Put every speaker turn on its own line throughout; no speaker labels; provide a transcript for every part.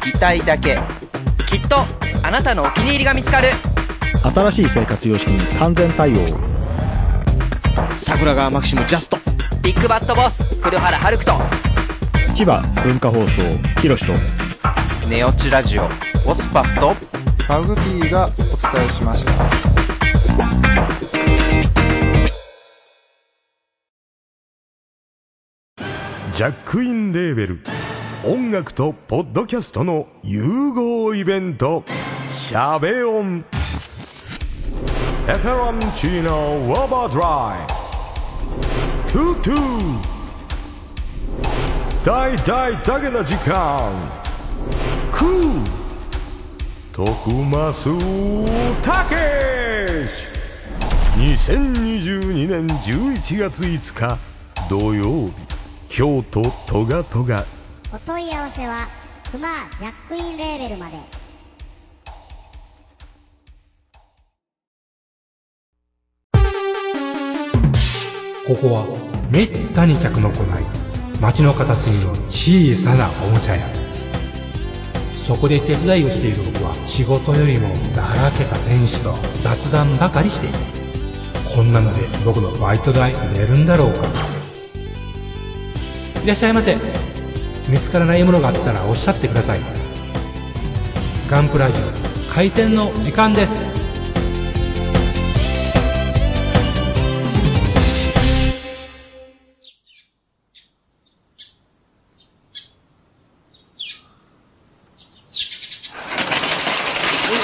聞きたいだけきっとあなたのお気に入りが見つかる
新しい生活様式に完全対応。
桜川マキシムジャスト
ビッグバットボス黒原遥人
千葉文化放送、ひろしと。
ネオチラジオオスパフと
マグピーがお伝えしました。
ジャックインレーベル音楽とポッドキャストの融合イベント「シャベオン」「エフェロンチーノウォーバードライ」「トゥトゥ」「大大だけな時間」「クー」「徳マスたけし」2022年11月5日土曜日京都トガトガ
お問い合わせは、クマジャックインレーベルまで。
ここはめったに客の来ない街の片隅の小さなおもちゃ屋そこで手伝いをしている僕は仕事よりもだらけた店主と雑談ばかりしているこんなので僕のバイト代出るんだろうかいらっしゃいませ見つからないものがあったらおっしゃってくださいガンプラジオ開店の時間です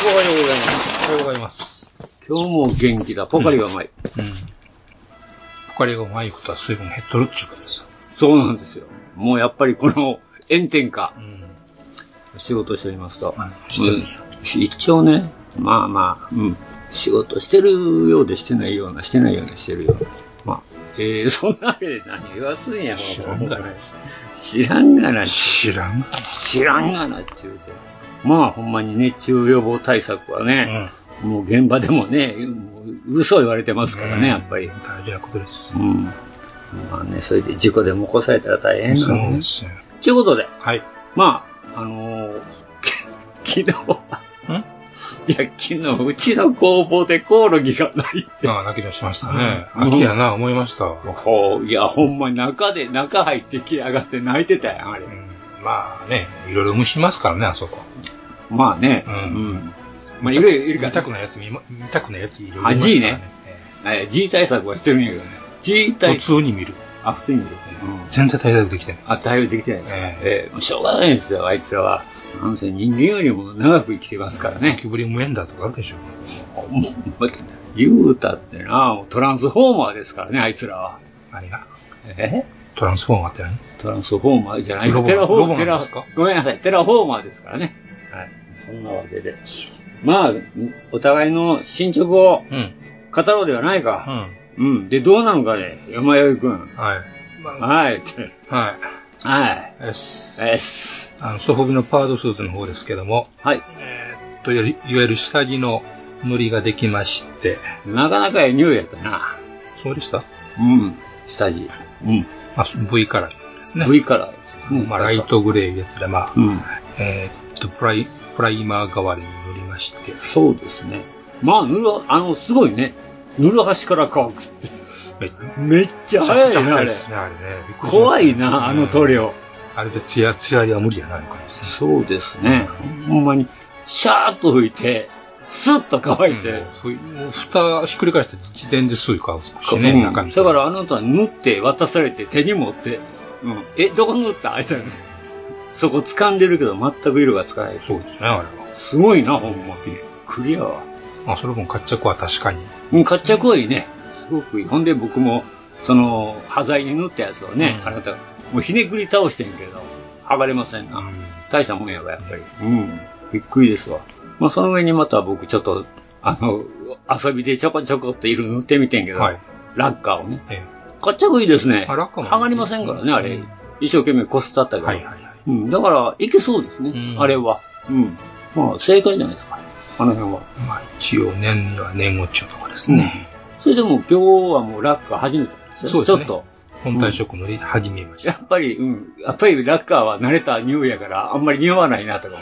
おはようございます。
おはようございます
今日も元気だ。ポカリがう まい。
うんこれがうまいことは水分減っとるっちゅうことですよ
そうなんですよ。もうやっぱりこの炎天下
う、ん
仕事しておりますと。
あ
う
してるん
ん
や、
一応ね、まあまあ、うん、仕事してるようでしてないような、してないようなしてるような。まあ、えー、 そんなわけで何言わすんや、こ
知
の
らんがな
知らんがな、
知らんが
知らんがなって言うて。まあ、ほんまに熱中予防対策はね、
な
もう現場でもね、もう嘘言われてますからね、やっぱり。
大事なことです
うん。まあね、それで事故でも起こされたら大変
そ
な
うん
で
で
ね。
すよ
ということで、
はい
まあ、あのー、 き昨日は、
ん
いや、昨日、うちの工房でコオロギがないって。
ああ泣き出しましたね
うん
秋やな思いましたわ
ほう、いや、ほんまに中で、中入ってきやがって泣いてたやん、あれ
う。んまあねいろいろ蒸しますからねあそこ
まあね、
う
うんん。まあ、いるい
見
るか
た
ら
く、ないやつ見ま見たくないやついろいろ
あ
見ますから
G ね
え
え G 対策はしてるんやけどね。G
え
対
普通に見る
あ、普通に見る。うん
全然対策できてない
あ、対応できてないですか。
え
ええもうしょうがないですよ、あいつらは。なんせ人間よりも長く生きてますからね
ゴ。キブリ無縁だとかあるでしょ
もう言うたってな、もうトランスフォーマーですからね、あいつらは。
何が
え
トランスフォーマーって何
トランスフォーマーじゃない
ロボ
テラフォ
ロボ
ーテ
なん
ラ
ですか
ごめんなさい、テラフォーマーですからね。はい。そんなわけで。まあ、お互いの進捗を
うん
語ろうではないか。
ん
うん。で、どうなのかね、山よいくん。
はいまあ
はい。
は
はい。
いです
です。
あのソフビのパードスーツの方ですけども
はい。
えーっと、いわゆるいわゆる下着の塗りができまして、
なかなかええ匂いやったな。
そうでした
うん。下地。うん。
まあ、そ V カラーのやつですね。
V カラーですね
まあ、ライ。トグレーいうやつで、まあ、
うん。
えーっと、プライ、プライマー代わりに塗りまして、
そうですね。まあ、塗る、あの、すごいね。塗る端から乾くって。
めっ
めっちゃ早いな、あれ
で。すね、あれね。びっくりしました
怖いな、あの塗。
うん
料。
あれでツヤツヤでは無理やな、あの感じですね。
そうですね。ほんまに、シャーッと拭いて、スッと乾いて。
うんもう蓋ひっくり返して自伝で吸い乾くしね、
うん
中身。
だから、あなたは塗って渡されて手に持って、うん、え、どこ塗ったあいつらです。そこ掴んでるけど全く色がつかない。
そうですね、あれは。
すごいな、ほんま。びっくりやわ。
まあ、それも活着は確かに。
うん、かっちゃこいいね。すごくいい。ほんで僕も、その、端材に塗ったやつをね、
うん
あなた、もうひねくり倒してんけど、剥がれませんな。
うん
大したもんやわ、やっぱり。うん。びっくりですわ。まあ、その上にまた僕ちょっと、あの、遊びでちょこちょこっと色塗ってみてんけど、
はい。
ラッカーをね。
え
かっちゃくいいですね。
あラッカーもいいですね
上がりませんからね、あれ。
うん
一生懸命こすったった
え
けど。
はいはいはい。
うん、だから、いけそうですね、
うん
あれは。うん。まあ、正解じゃないですか。あの辺は。
まあ、一応年には年後中とかですね。
それでも今日はもうラッカー初めてなんよ
そうですね
ちょっと。
本体色塗り始めまし
や
た。
っぱり、うん。やっぱりラッカーは慣れた匂いやから、あんまり匂わないなとか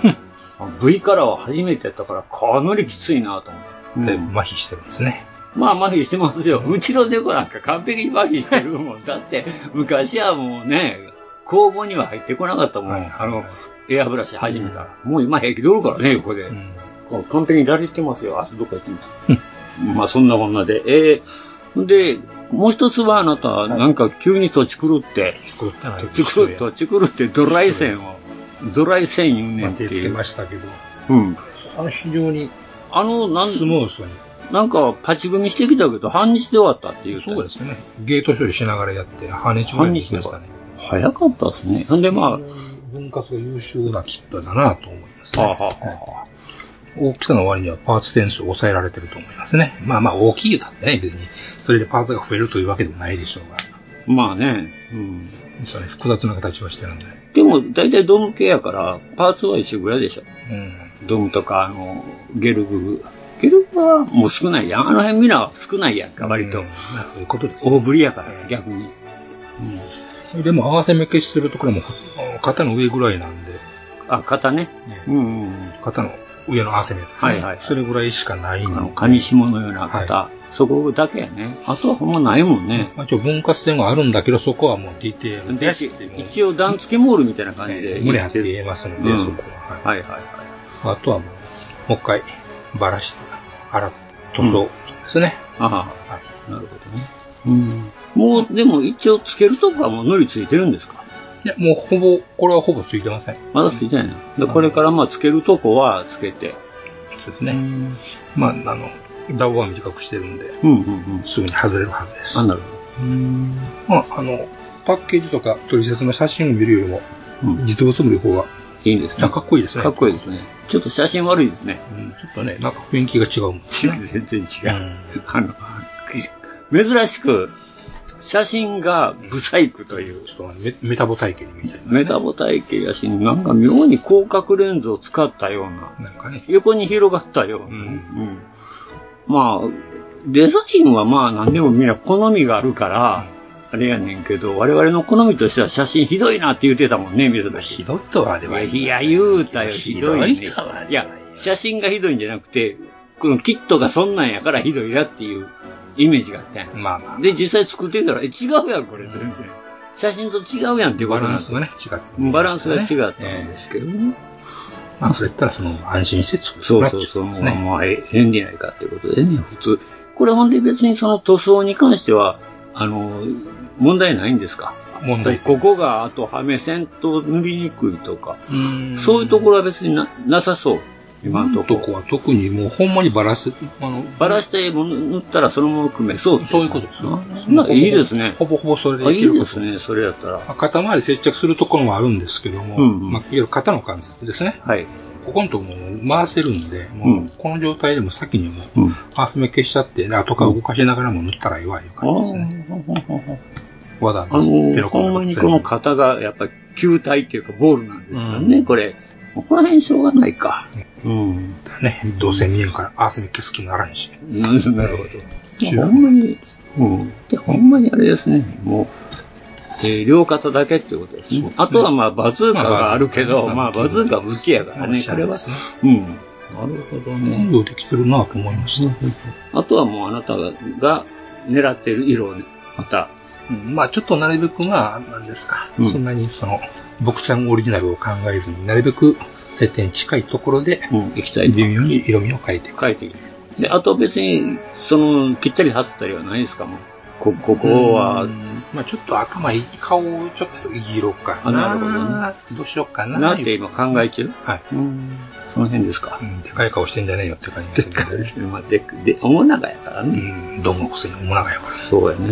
思う。V カラーは初めてやったから、かなりきついなと思う。
だ
う
いぶ
ん
麻痺してるんですね。
まあ、麻痺してますよ。うちの猫なんか完璧に麻痺してるもん。だって、昔はもうね、工房には入ってこなかったもん。
はいはいはい
あの、エアブラシ始めたら。もう今平気でおるからね、ここで。
うん。
こう完璧にられてますよ。あ、どっか行ってます。まあ、そんなこんなで。えー、で、もう一つはあなた、なんか急に土地狂って、
作ってない
土地狂土地狂ってドライ線を、ドライ線言うね
まあ
んって
手つ
い
け
う。
ましたけど、
うん。
あの非常に
あの、なん
スムースに。
なんか、パチ組みしてきたけど、半日で終わったっていう。
そうですね。ゲート処理しながらやって、半日ぐらいできましたね。
早かったですね。ほんで、ま
分割が優秀なキットだなと思います
あ、
ね。
はあはあはあ
大きさの割にはパーツ点数を抑えられてると思いますね。まあまあ大きいだってね、別に。それでパーツが増えるというわけでもないでしょうが。
まあね。うん。
それ複雑な形はしてるんで。
でも、だいたいドーム系やから、パーツは一緒ぐらいでしょ。
うん。
ドムとか、あの、ゲルグ。ゲルグはもう少ないやん。あの辺みんな少ないやんか、割と
うん。まあそういうことですね
大ぶりやから、逆に。うん。
でも合わせ目消しするところも、肩の上ぐらいなんで、
あ、型ね。うんうんうん。
肩の上の合わせ目ですね。
はいはいはい
それぐらいしかない
あ
んで
の、カニシモのような型。そこだけやね。あとはほんまないもんね。
まあ、一応分割点があるんだけど、そこはもうディテールですっていう。
一応、段付けモールみたいな感じで。
胸張って言えますので、
うん
そこは、はい
はいはいはい。
あとはもう、もう一回、ばらして、洗って、塗装ですね。
あ
はい
あ、なるほどね。うん。もう、でも一応つけるとこはもう糊ついてるんですか
いや、もうほぼ、これはほぼついてません。
まだついてないな。で、これからまあつけるとこはつけて。
そうですね。まあ、あの、ダボは短くしてるんで、
うんうんうん。
すぐに外れるはずです。
あ、なるほ
まあ、あの、パッケージとか取説の写真を見るよりも、
ど。うん。
自動物の方が、
いいんですね。
なんかかっこいいですね。
かっこいいですね。ちょっと写真悪いですね。
うん、ちょっとね、なんか雰囲気が違うもん。
違う、全然違
う
う。
ん。
あの、く珍しく、写真がブサイクという。
ちょっとメメタボ体験に見えちゃいますね。
メタボ体系やし、なんか妙に広角レンズを使ったような。
なんかね、
横に広がったよ。
うん
うんまあ、デザインはまあ何でもみんな好みがあるから、あれやねんけど、我々の好みとしては写真ひどいなって言ってたもんね、水田
ひ
氏。
どいとはではい
や、言うたよ、ひ
ひ
ど
ど
い、
い
ね。
とはね
いや、写真がひどいんじゃなくて、このキットがそんなんやからひどいなっていうイメージがあったんや。
まあまあ、
で、実際作ってみたら、え、違うやん、これ全然。写真と違うやんっていうこ
バ
と
ラン
なんです
スがね、違って、
バランスが違ったん
え
ですけどね。
えまあ、それやったら、その、安心して作
そ
る
う
な
そうそう、
っていことです
ま
ね。
あ、まあ、えええんじゃないかってことでね、普通。これほんで別にその塗装に関しては、あの、問題ないんですか
問題
ここが、あと、はめ線と塗りにくいとか、
うん
そういうところは別にななさそう。今のとこ
とこは特にもう、ほんまにバランス、あの、
バラしても塗ったらそのまま組めそうって
そういうことです
なそんなんいいですね。
ほぼほぼそれで
あ
で
い
きる
い
こと
ですね、それやったら。
まあ肩周り接着するところもあるんですけども、
うんうん
まあ、いわゆる肩の関節ですね。
はい。
ここのとこもう回せるんで、も
うん
うこの状態でも先にもう、
うん。
回す目消しちゃって、で後から動かしながらも塗ったら弱いよ
あ
感じですね。
ー
和田
あのー、ほんまにこの型がやっぱり球体っていうかボールなんですよね、
うん
これ。ここら辺しょうがないか。うん。
ね、どうせ見えるから、合わせ目消す気にならんし。
なるほど。
中
ほんまに、うん。で、ほんまにあれですね、もう、えー両肩だけってことですね。あとはまあ、バズーカがあるけど、
ま
まあ、
あ
バ
バ
ズ
ズ
ー
ー
カ
カ
武器やからね、これは。うん。なるほど
運
ね。
動できてるなと思いました。
あとはもうあなたがが狙ってる色をね、また、
うんまあちょっとなるべくまあ、なんですか、
うん
そんなにその、僕ちゃんオリジナルを考えずになるべく設定に近いところで、
うん、液体
微妙に色味を変えていく。
書いている。で、あと別に、その、ぴったり外ったりはないですかもう。こ、ここは
うん、まあちょっと頭いい顔をちょっといじろうかな。
あなるほど
どうしようかな。
なって今考え中
はい。
うん。その辺ですか
う。ん、でかい顔してんじゃねえよって感じですけどね。
まあ、で、で、おもながやから
う
ね。
ん、どうもくせにおもながやから。
そうやね。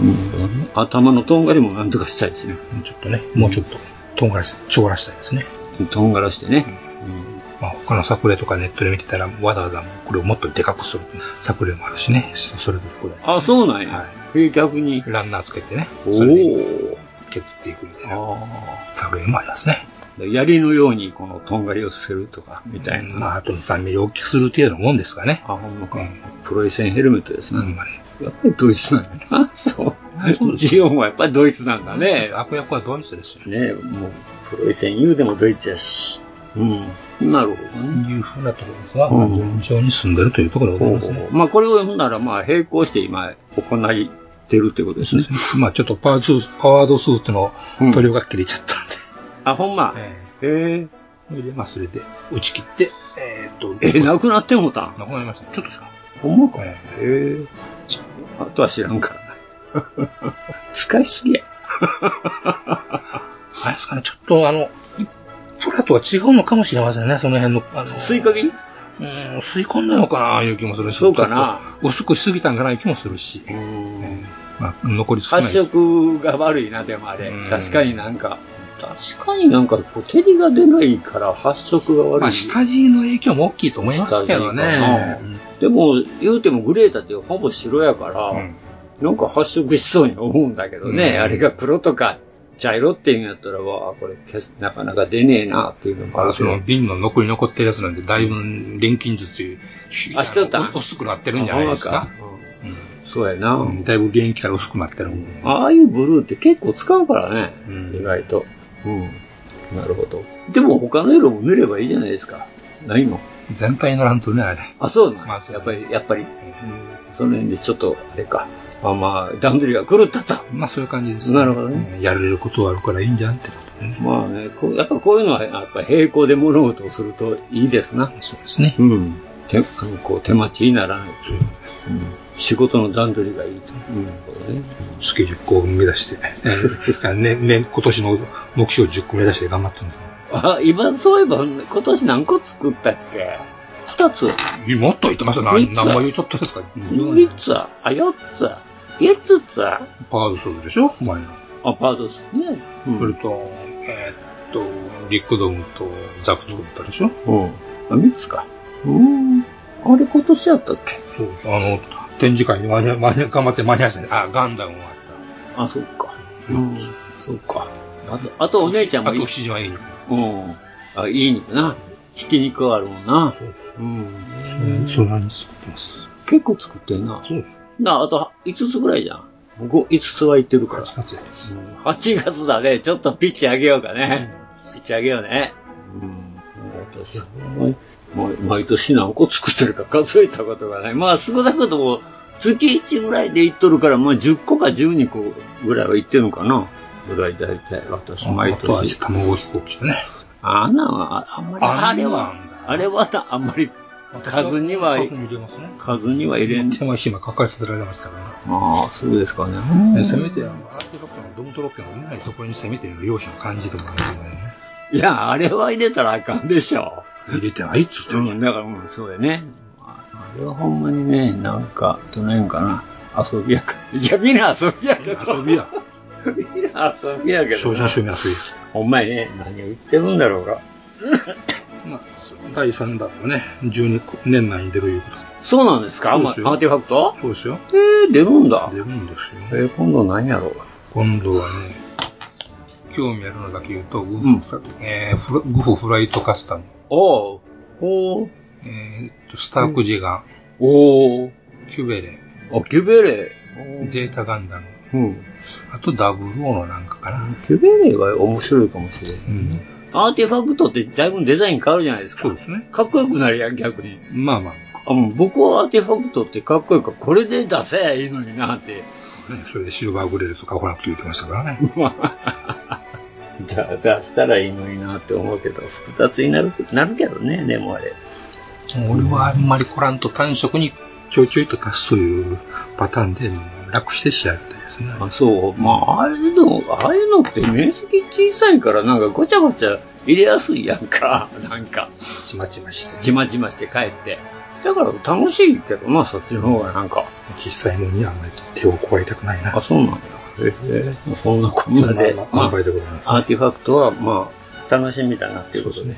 うん。頭のとんがりもなんとかしたいしね。
ちょっとね、もうちょっと、とんがらし、ちょらしたいですね。
とんがらしてね。うん。
まあ、他の作例とかネットで見てたら、わざわざこれをもっとでかくする作例もあるしね、そそれぞれこ
あ、そうなんや。
は
えー逆に。
れ、ランナーつけてね、
お
それで
ー
削っていくみたいな
あ
作例もありますね。
あ。槍のようにこのとんがりをするとか、みたいな。
まあ、あと2、3ミリ大きくする程度のもんですかね。
あ、ほんまか
うん。
プロイセンヘルメットです
う
ね。
ん、まあね。
やっぱりドイツなんだな。 そ
そう
う。
です
ジオンはやっぱりドイツなんだね。
悪役はドイツですよね。
ねもう、プロイセン言うでもドイツやし。うん。なるほどね。
いうふうなところですが、まあ順調に進んでるというところでございますね。
まあこれをほんならまあ並行して今行いてるということですね。
まあちょっとパワーツーパワードスーツの
うん
塗料が切れちゃったんで、
あ、ほんま。へ
ええそ
え。
れで、まあそれで打ち切って、えーっと、
え、
な
なくなってもうたん。
なくなりました。ちょっとしか。
ほんまか。へ
え
え。あとは知らんからな。 使いすぎや。
あれですかね、ちょっとあの、プラとは違うのかもしれませんね、その辺の。あの
吸いかぎ
うん、吸い込んだのかな、いう気もするし。
そうかな。
ちょっと薄くしすぎたんかな、いう気もするし。ええまあ、残り少ない。
発色が悪いな、でもあれ
う。ん
確かになんか。確かになんか、こう、照りが出ないから発色が悪い。
まあ、下地の影響も大きいと思いますけどね。
でも、言うてもグレータってほぼ白やから、
うん
なんか発色しそうに思うんだけどね、
うん
あれが黒とか茶色っていうんやったら、わあ、これ消す、なかなか出ねえなっていうのも
あ
ある
の、
け
そ
ど
の、瓶の残り残ってるやつなんで、だいぶ錬金術という、
あしとった
う薄くなってるんじゃないですか。
あほんまかうんそうやな、
うんうんだいぶ元気から薄くなってる。
ああいうブルーって結構使うからね、
うん
意外と。うん。なるほど。でも他の色も塗ればいいじゃないですか。ないの
全体のランプね、あれ。
あ、そうなん、
まあそう
やっぱり、やっぱり、その辺でちょっと、あれか。まあまあ、段取りが狂ったと。
まあ、そういう感じです、
なるほどね
うんやれることはあるからいいんじゃんってことでね。
まあね、こうやっぱこういうのはやっぱ並行で物事をするといいですな。
そうですね。
うん。手あのこう手待ちにならないという、うん、仕事の段取りがいいということね。
スケ10個を目指して、え ーねね、今年の目標10個目指して頑張ってるんです
あ、今そういえば今年何個作ったっけ二つ
よもっと言ってますよ。な
三つ
何枚言うちょっとですか。
三つあ、四つあ、五つあ、
パワードソードでしょお前の。
アパートですね。う
それ
ん。
と、えーっと、リックドームとザク作ったでしょ
うん、あ三つか。うん。あれ今年やったっけ
そうそう、あの、展示会に間に合間に合頑張って間に合わせて、あ、ガンダムもあっ
あ、そうか。
う
うんん。そうか。あと、あとお姉ちゃん
た。
も
あ
いい
と、七島いい。
うん。あ、いい肉な。ひき肉あるもんな。うん。
そうなんです。作ってます。
結構作ってんな。
そうです。
な、あと5つぐらいじゃん。5、5つはいってるから。
8月や。
8月だね。ちょっとピッチ上げようかね。ピッチ上げようね。うん。私は毎毎毎年何個作ってるか数えたことがない。まあ少なくとも月1ぐらいでいっとるから、まあ10個か12個ぐらいはいってるのかな。ぐらい大体私毎
あとは
年。
卵飛行機だね。
あんなんは、ああんまり、
あんなん
あれは、あれはなあんまり数には
入れますね。
数には入れん。
手間暇抱えさせられましたからね。
ああ、そうですかね。
えせめて、あのアーティロックのドムトロックの見ないところにせめての容姿の感じとかね。
いや、あれは入れたらあかんでしょ。
入れてないっつって
うんん、だから、うん、そうやね。あれはほんまにね、なんか、どないんかな。遊びやか。いや、みんな遊びやけど。
遊びや。
みんな遊びやけど
正真
な。
正銘遊びや。
ほんまやね、何を言ってるんだろうが。
まあ、第3弾もね、12個年内に出るいうこと
そうなんですか
そうですよ
まアーティファクト
そうですよ。
えー、出るんだ
出。るんで
え
すよ。
ー、今度何やろう
今度はね、興味あるのだけ言うと、グフ,、
うん
えーフラグフフライトカスタム、
おうおう
えーとスタークジェガン、
おう
キュベレ
あ、キュベレ
ン、ゼータガンダム、
ー。うん。
あとダブルオーのなんかかな。
キュベレーは面白いかもしれない。
うん。
アーティファクトってだいぶデザイン変わるじゃないですか。
そうですね。
かっこよくなるやん、逆に。
まあまあ、
あもう僕はアーティファクトってかっこよいから、これで出せばいいのになって。
ねそれでシルバーグレードとかホラクと言ってましたからね。
じゃあ出したらいいのになって思うけど、複雑になるなるけどね、でもあれ。
俺はあんまりコランと単色にちょいちょいと足すというパターンで楽して仕上げたいですね。
あそう、まあ、あれでも、ああいうのって面積小さいから、なんかごちゃごちゃ入れやすいやんか、 なんか、
ちまちまして
じまじまして帰って。だから楽しいけどな、そっちの方がなんか。
実際もにはあんまり手を加えたくないな。
あ、そうなんだ。ええそんなこんなで。
まあまあまあ、販売でございます。
アーティファクトは、まあ、楽しみだなっていうことで。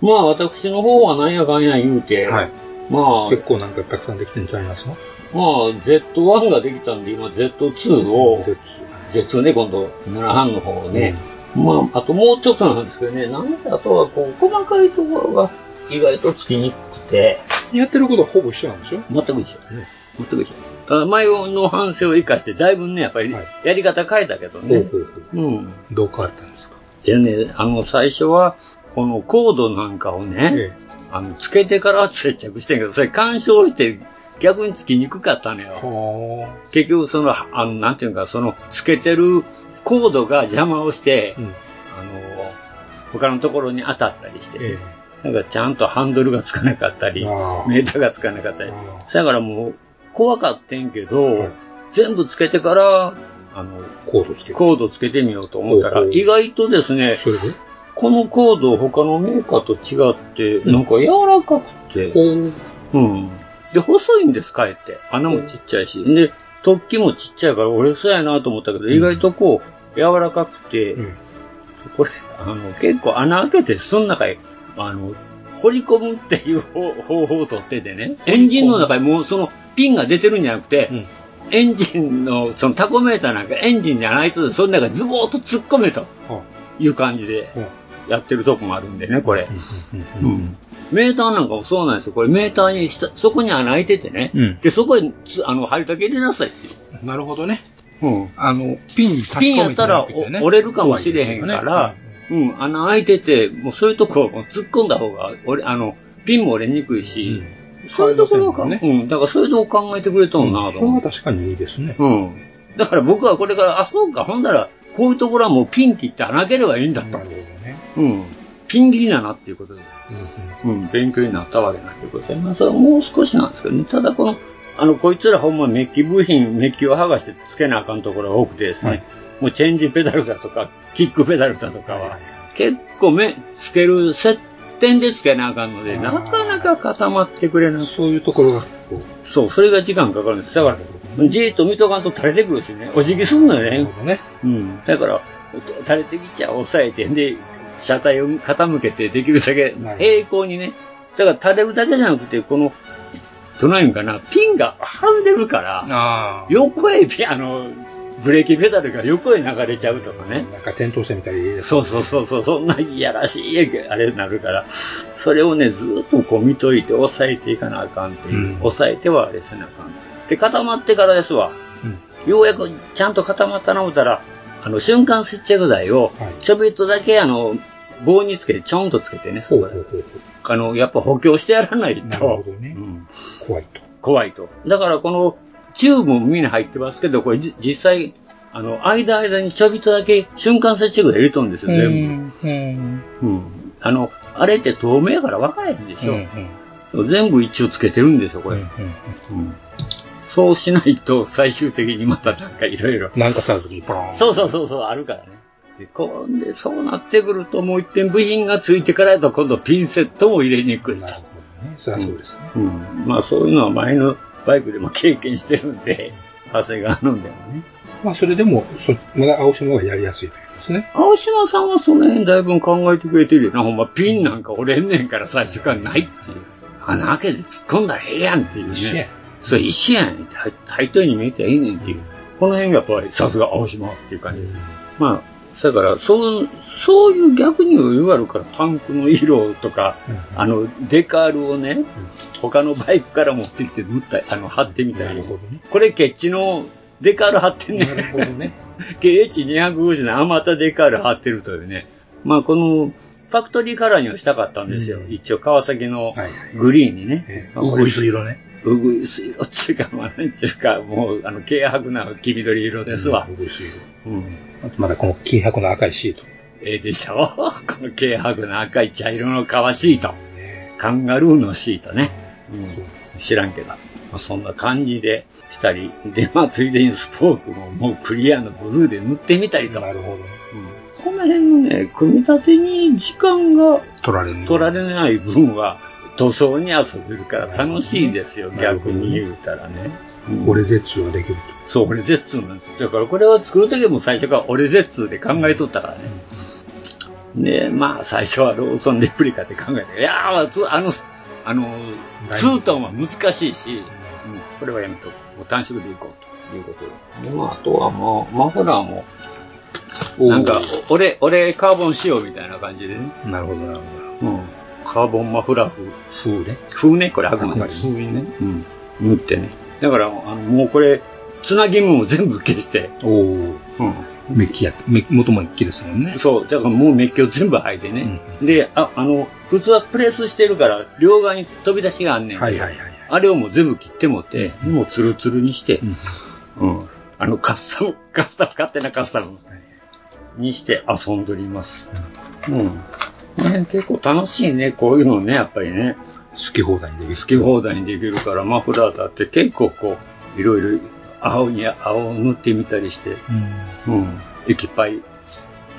まあ私の方はなんやかんや言うて、
はい。
まあ、
結構なんかたくさんできてんじゃいますか
まあ Z1 ができたんで今 Z2 を、
で
Z2 ね、今度奈良藩の方をね、まああともうちょっとなんですけどね、なんであとはこう細かいところが意外とつきにくくて、
やってることはほぼ一緒なんでしょ
全く一緒。全く一緒。あ前の反省を生かして、だいぶね、やっぱり
はい
やり方変えたけど
ほ
ね。
うほうほう。
うん。
どう変わったんですか
でね、あの、最初は、このコードなんかをね、
え
あの、つけてから接着してんけど、それ干渉して逆につきにくかったの
え。
よ。
は
結局、その、あの、なんていうか、その、つけてるコードが邪魔をして、
あ。うん。
あの、他のところに当たったりして、
え
なんかちゃんとハンドルがつかなかった
え。
り、
ああ。
メーターがつかなかったり。
あ
だからもう、怖かってんけど、
はい
全部つけてから、あの、
あコードしてる。
コードつけてみようと思ったら、
ほうほう
意外とですね、
それで
このコード他のメーカーと違って、なんか柔らかくて、
ほう。
うん。で、細いんです、かえって。穴もちっちゃいし。で、突起もちっちゃいから、俺そうやなと思ったけど、意外とこう、柔らかくて、
うん。
これ、あの、結構穴開けて、その中へ、あの、掘り込むっていう方方法を取っててね、エンジンの中にもうそのピンが出てるんじゃなくて、
うん
エンジンの、そのタコメーターなんかエンジンじゃないと、その中にズボーッと突っ込めと
は
いう感じで
あ。は
やってるとこもあるんでね、これ
あ。。うん。う
う
ん。
んメーターなんかもそうなんですよ。これメーターにした、そこに穴開いててね、
うん
で、そこにつ、あの、針だけ入れなさいっていう。
うんなるほどね。
うん
あの、ピンに差し
ピン
込
や
め
ってた
な
ら
くてね
お折れるかもしれへんから、うん、穴開いてて、もうそういうとこもう突っ込んだ方が、俺、あの、ピンも折れにく
怖
い
い
し
で、すよねうん
そういうところか、
入りませんもんね。
うん、だからそういうとこ考えてくれた
そ
んなと思
れ
って。
は確かにいいですね。
うん。だから僕はこれから、あ、そうか、ほんなら、こういうところはもうピン切って穴開ければいいんだ
な
と
る。ほどね。
うん。ピン切りだなっていうことで、
うんうん
うん、勉強になったわけなんでございます。もう少しなんですけどね、ただこの、あの、こいつらほんまメッキ部品、メッキを剥がしてつけなあかんところが多くてですね、
はい
もうチェンジペダルだとか、キックペダルだとかは
はい、
結構目、つける接点でつけなあかんので、
あー
なかなか固まってくれなく
そういうところが結構、
そう、それが時間かかるんです。だから、じーっと見とかんと垂れてくるしね、お辞儀すんのよ
なる
ね。
ほどね。
うん。だから、垂れてきちゃ抑えて、で、車体を傾けて、できるだ
なる
け
ほど
平行にね。だから垂れるだけじゃなくて、この、どないいうんかな、ピンが外れるから、
あよ
横へピ、あの、ブレーキペダルが横へ流れちゃうとかね。
なんか転倒してみたりです
そうそうそうそう、そんないやらしいあれになるから、それをね、ずっとこう見といて、抑えていかなあかんっていう、
うん
抑えてはあれせなあかん。で、固まってからですわ、
うん
ようやくちゃんと固まったな思ったら、あの瞬間接着剤を
はい
ちょびっとだけあの棒につけて、ちょんとつけてね、そ
ほう
こ
ほう
で
ほう
あのやっぱ補強してやらない
なるほ
と、
どね
うん
怖いと。
怖いと。だからこのチューブもみんな入ってますけど、これじ実際、あの間間にちょびっとだけ瞬間接着剤入れとるんですよ、全部。
うん。
うん。あの、あれって透明やから分からへんでし
う
ょ。
ん。
全部一応つけてるんですよ、これ。うんそうしないと最終的にまたなんかいろいろ。
なんかさ、時ポロン。
そうそうそうそう、あるからね。で、こんで、そうなってくるともう一遍部品がついてからやと今度ピンセットも入れにくいと
な。るほどね。そりゃそうですね。
うん。まあそういうのは前のバイクでも経験してるんで、 長谷川のでもね。
まあ、それでも、そまだ青島がやりやすいということですね。
青島さんはその辺だいぶ考えてくれてるよな。ほんま、ピンなんか折れんねんから最初からないっていう。穴開けて突っ込んだらええやんっていうね。
一緒やん
それ一緒やんって、入入っといに見えてええねんっていう。この辺がやっぱりさすが青島っていう感じです。まあ、だから、そう、そういう逆に言われるから、タンクの色とか、
うん
あの、デカールをね、他のバイクから持ってきて塗ったり、あの、貼ってみた
な
り
る。ほどね。
これ、ケッチのデカール貼ってんね
なるほど ね。
KH250 のアマタデカール貼ってるというね。まあ、この、ファクトリーカラーにはしたかったんですよ。
うん
一応、川崎の
はいはい。
グリーンに
え
ね。
え、うぐいす色ね。
うぐいす色っていうか、まあ、なんていうか、もう、あの、軽薄な黄緑色ですわ
う。ぐいす色。
うん。
あとまだこの金箔の赤いシート。
ええでしょ この軽薄な赤い茶色の革シート。
ね
カンガルーのシートね。
そう
知らんけど。まあ、そんな感じでしたり、で、まあ、ついでにスポークももうクリアのブルーで塗ってみたりと。
なるほどね。
この辺のね、組み立てに時間が
取られる。
取られない分は、塗装に遊べるから楽しいですよ、
なる
逆
ほどね
に言うたらね。うん
俺絶中はできると。
そう、俺ゼッツーなんですよ。だからこれは作るときも最初から俺ゼッツーで考えとったからね。で、まあ、最初はローソンレプリカって考えて、いやーつあの、あの、ツートンは難しいし、うんこれはやめとこう。もう単色でいこうということで。でまあ、あとはもう、マフラーも、なんか、俺、俺、カーボン仕様みたいな感じでね。
なるほど、なるほ
うん。カーボンマフラー風。
ど。風ね。
風ね、これあくまで。
風ね。
うん。塗ってね。だから、あの、もうこれ、つなぎ目も全部消して、
おお。
うん。
メッキや、メッキ、元もメッキですもんね。
そう、だからもうメッキを全部履いてね。で、あ、あの、普通はプレスしてるから、両側に飛び出しがあんねんけど。
はいはいはいはい。
あれをもう全部切ってもって、もうツルツルにして、
ん
うん。あの、カスタム、カスタム、勝手なカスタムにして遊んでおります。うん。ね、結構楽しいね、こういうのね、やっぱりね。
好き放題にできる。
好き放題にできるから、マフラーだって結構こう、いろいろ青に青を塗ってみたりして、
うん。
うん。液パイ、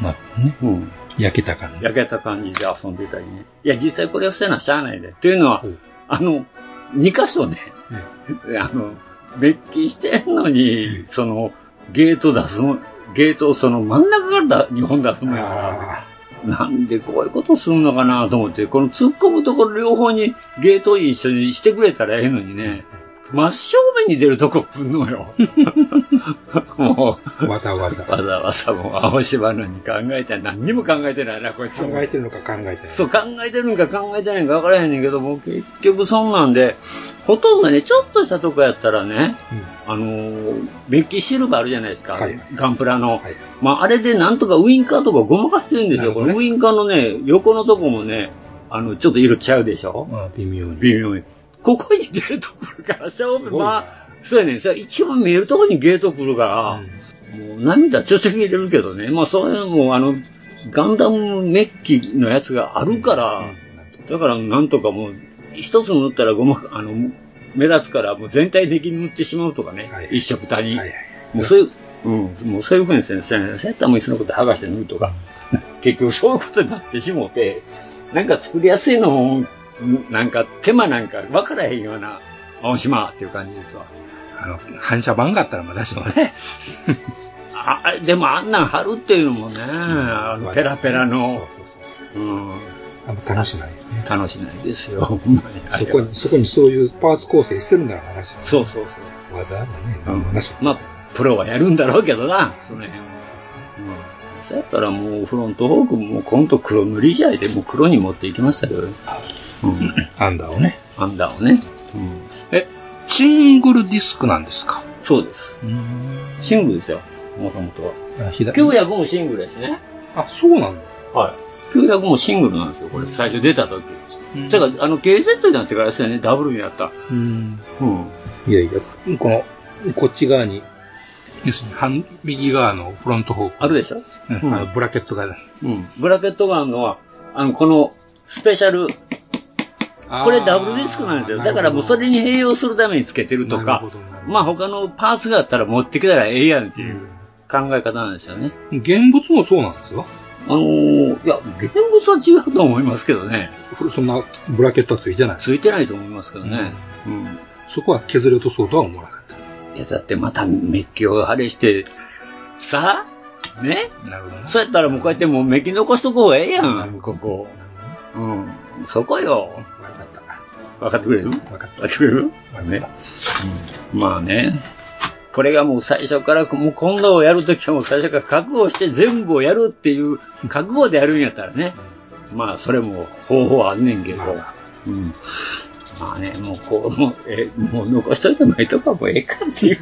まあね。
うん。
焼けた感じ。
焼けた感じで遊んでたりね。いや、実際これをせなしゃあないで。というのは、
うん
あの、2箇所ね、 あの、メッキしてんのに、その、ゲート出すもん、ゲートをその真ん中からだ2本出すもんやから、
あ
なんでこういうことするのかなと思って、この突っ込むところ両方にゲートを一緒にしてくれたらええのにね、真正面に出るとこ来んのよ。 も
あ、
う、
わざわざ。
わ
考
ざわざもう青芝のに考えて何にも考えてないな、こいつ。
えてるのか考えてないのか。
そう考えてるんか考えてないんか分からへんねんけども、結局そんなんで、ほとんどね、ちょっとしたとこやったらね、
うん。
あのーメッキシルバーあるじゃないですか、
はい
ガンプラ
は
の。
い。
まあ、あれでなんとかウインカーとかごまかしてるんですよ。
なる
こ
ほど
の
ね
ウインカーのね、横のとこもね、あの、ちょっと色ちゃうでしょ
まあ、微妙に。
微妙に。ここにゲート来るから、正
す
面、
ごいな
まあ、そうやねん。それ一番見えるとこにゲート来るから、もう涙ちょちょぎれるけどね、まあそれはもうあの、ガンダムメッキのやつがあるから、だからなんとかもう、一つ塗ったらごま、あの、目立つからもう全体的に塗ってしまうとかね、
はい
一色た
う
に、
ん。はいはい。
もうそういう、うん、もうそういうふうに先生、そうやったらもう椅子のこと剥がして塗るとか、結局そういうことになってしもうて、なんか作りやすいのも、なんか手間なんか分からへんような、青島っていう感じですわ。
あの、反射板があったらまだしも ね。
ああでもあんなん貼るっていうのもね、あのペラペラの、
そうそうそうそう。
うん、
あんま楽しないよね。
楽しないですよ、ほんまにあれ
そ
は
こに、そこにそういうパーツ構成してるんだから話は。
そうそう
う。わざわざね、
そう、うん
話
まあ、プロはやるんだろうけどな、その辺は。うん、そうやったらもうフロントフォークも今度黒塗り試合でもう黒に持っていきましたけど、うん、
アンダーをね。
アンダーをね、うん。
え、シングルディスクなんですか
そうです。
うん。
シングルですよ、もともとは。
あ、左。
900もシングルですね。
あ、そうなんだ。
はい。900もシングルなんですよ、これ、最初出た時。
うん
だから、あの、KZ になってからですよね、ダブルになった。
うん。
うん。
いやいや、この、こっち側に、要するに半、右側のフロント方向。
あるでしょ
うんあのブラケットが、
うん。ブラケットガンのは、あの、この、スペシャル、これダブルディスクなんですよ。だからもうそれ
に
に併用するためにつけてると
なる
か
ほどなる、ほど
まあ他のパーツがあったら持ってきたらええやんっていう考え方なんですよね。
現物もそうなんですよ。
あのー、いや、現物は違うと思いますけどね。
これそんなブラケットはついてない。
ついてないと思いますけどね。うん。
そこは削り落とそうとは思わなかっ
いや、だってまたメッキを貼れして、さあね
た。なるほどね
そうやったらもうこうやってもうメッキ残しとこうええや
なる
ん。
ほど
ここ。
なるほどね
うん。そこよ。
わかった。
分かってくれる
わかった
分かってくれるね。うんまあね。これがもう最初から、もう今度をやるときはもう最初から覚悟して全部をやるっていう覚悟でやるんやったらね。まあそれも方法はあんねんけど。うん。まあね、もうこう、もう、え、もう残しといてもええとかもええかっていう。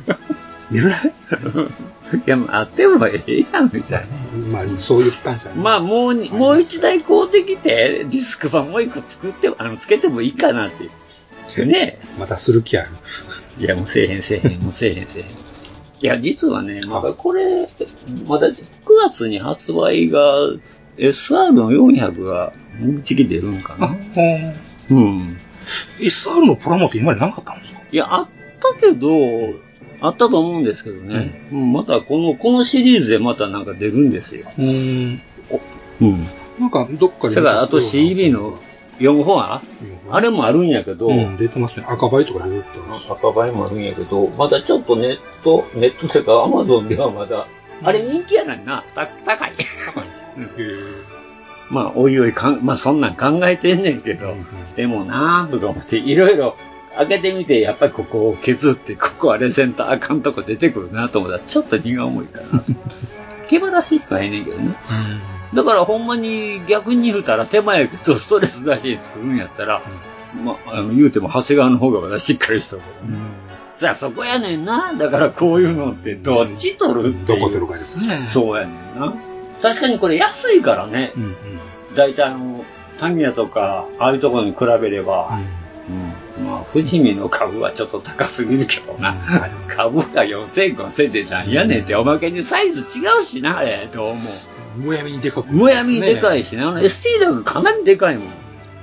いるね。
いや、まああってもええやんみたいな。
まあ、そういう負担者ね
まあもうに、もう一台買うてきて、ディスク版もう一個作って、あの、つけてもいいかなっていう。 ね
またする気ある。
いや、もうせえへんせえへん、もうせえへんせえへん。いや、実はね、まだこれ、まだ9月に発売が、SR の400が、もうじき出るんか
あ、う
な。
ん。
うん。
SR のプラモって今までなかったんですか
いや、あったけど、あったと思うんですけどね。うん、またこの、このシリーズでまたなんか出るんですよ。
うん。
うん。
なんか、どっか
だ
で。
から、あと CB の4本ああ
れ
れもあるんやけど、
うん、出てますね。赤バイとか出てたんです
赤バイもあるんやけど、まだちょっとネット、ネットてか、アマゾンではまだ、あれ人気やないな、た高い。
へえ
まあ、おいおいかん、まあ、そんなん考えてんねんけど、でもなぁとか思って、いろいろ開けてみて、やっぱりここを削って、ここはレセンターあかんとこ出てくるなと思ったら、ちょっと荷が重いから。気晴らしいとはええねんけどね。だからほんまに逆に言うたら手前とストレスだけで作るんやったら、まあ、あの言うても長谷川の方がまだしっかりしとる。さあそこやねんな。だからこういうのってどっち取るっていう
どこ取るかですね
そうやねんな。確かにこれ安いからね。
うんうん
大体あの、タミヤとか、ああいうところに比べれば、うんまあ、富士見の株はちょっと高すぎるけどな。株が4000、5000でなんやねんって、おまけにサイズ違うしな、あれ、どうも。
むやみにでかく、
むやみにでかいしね、あの ST だとかなりでかいもん。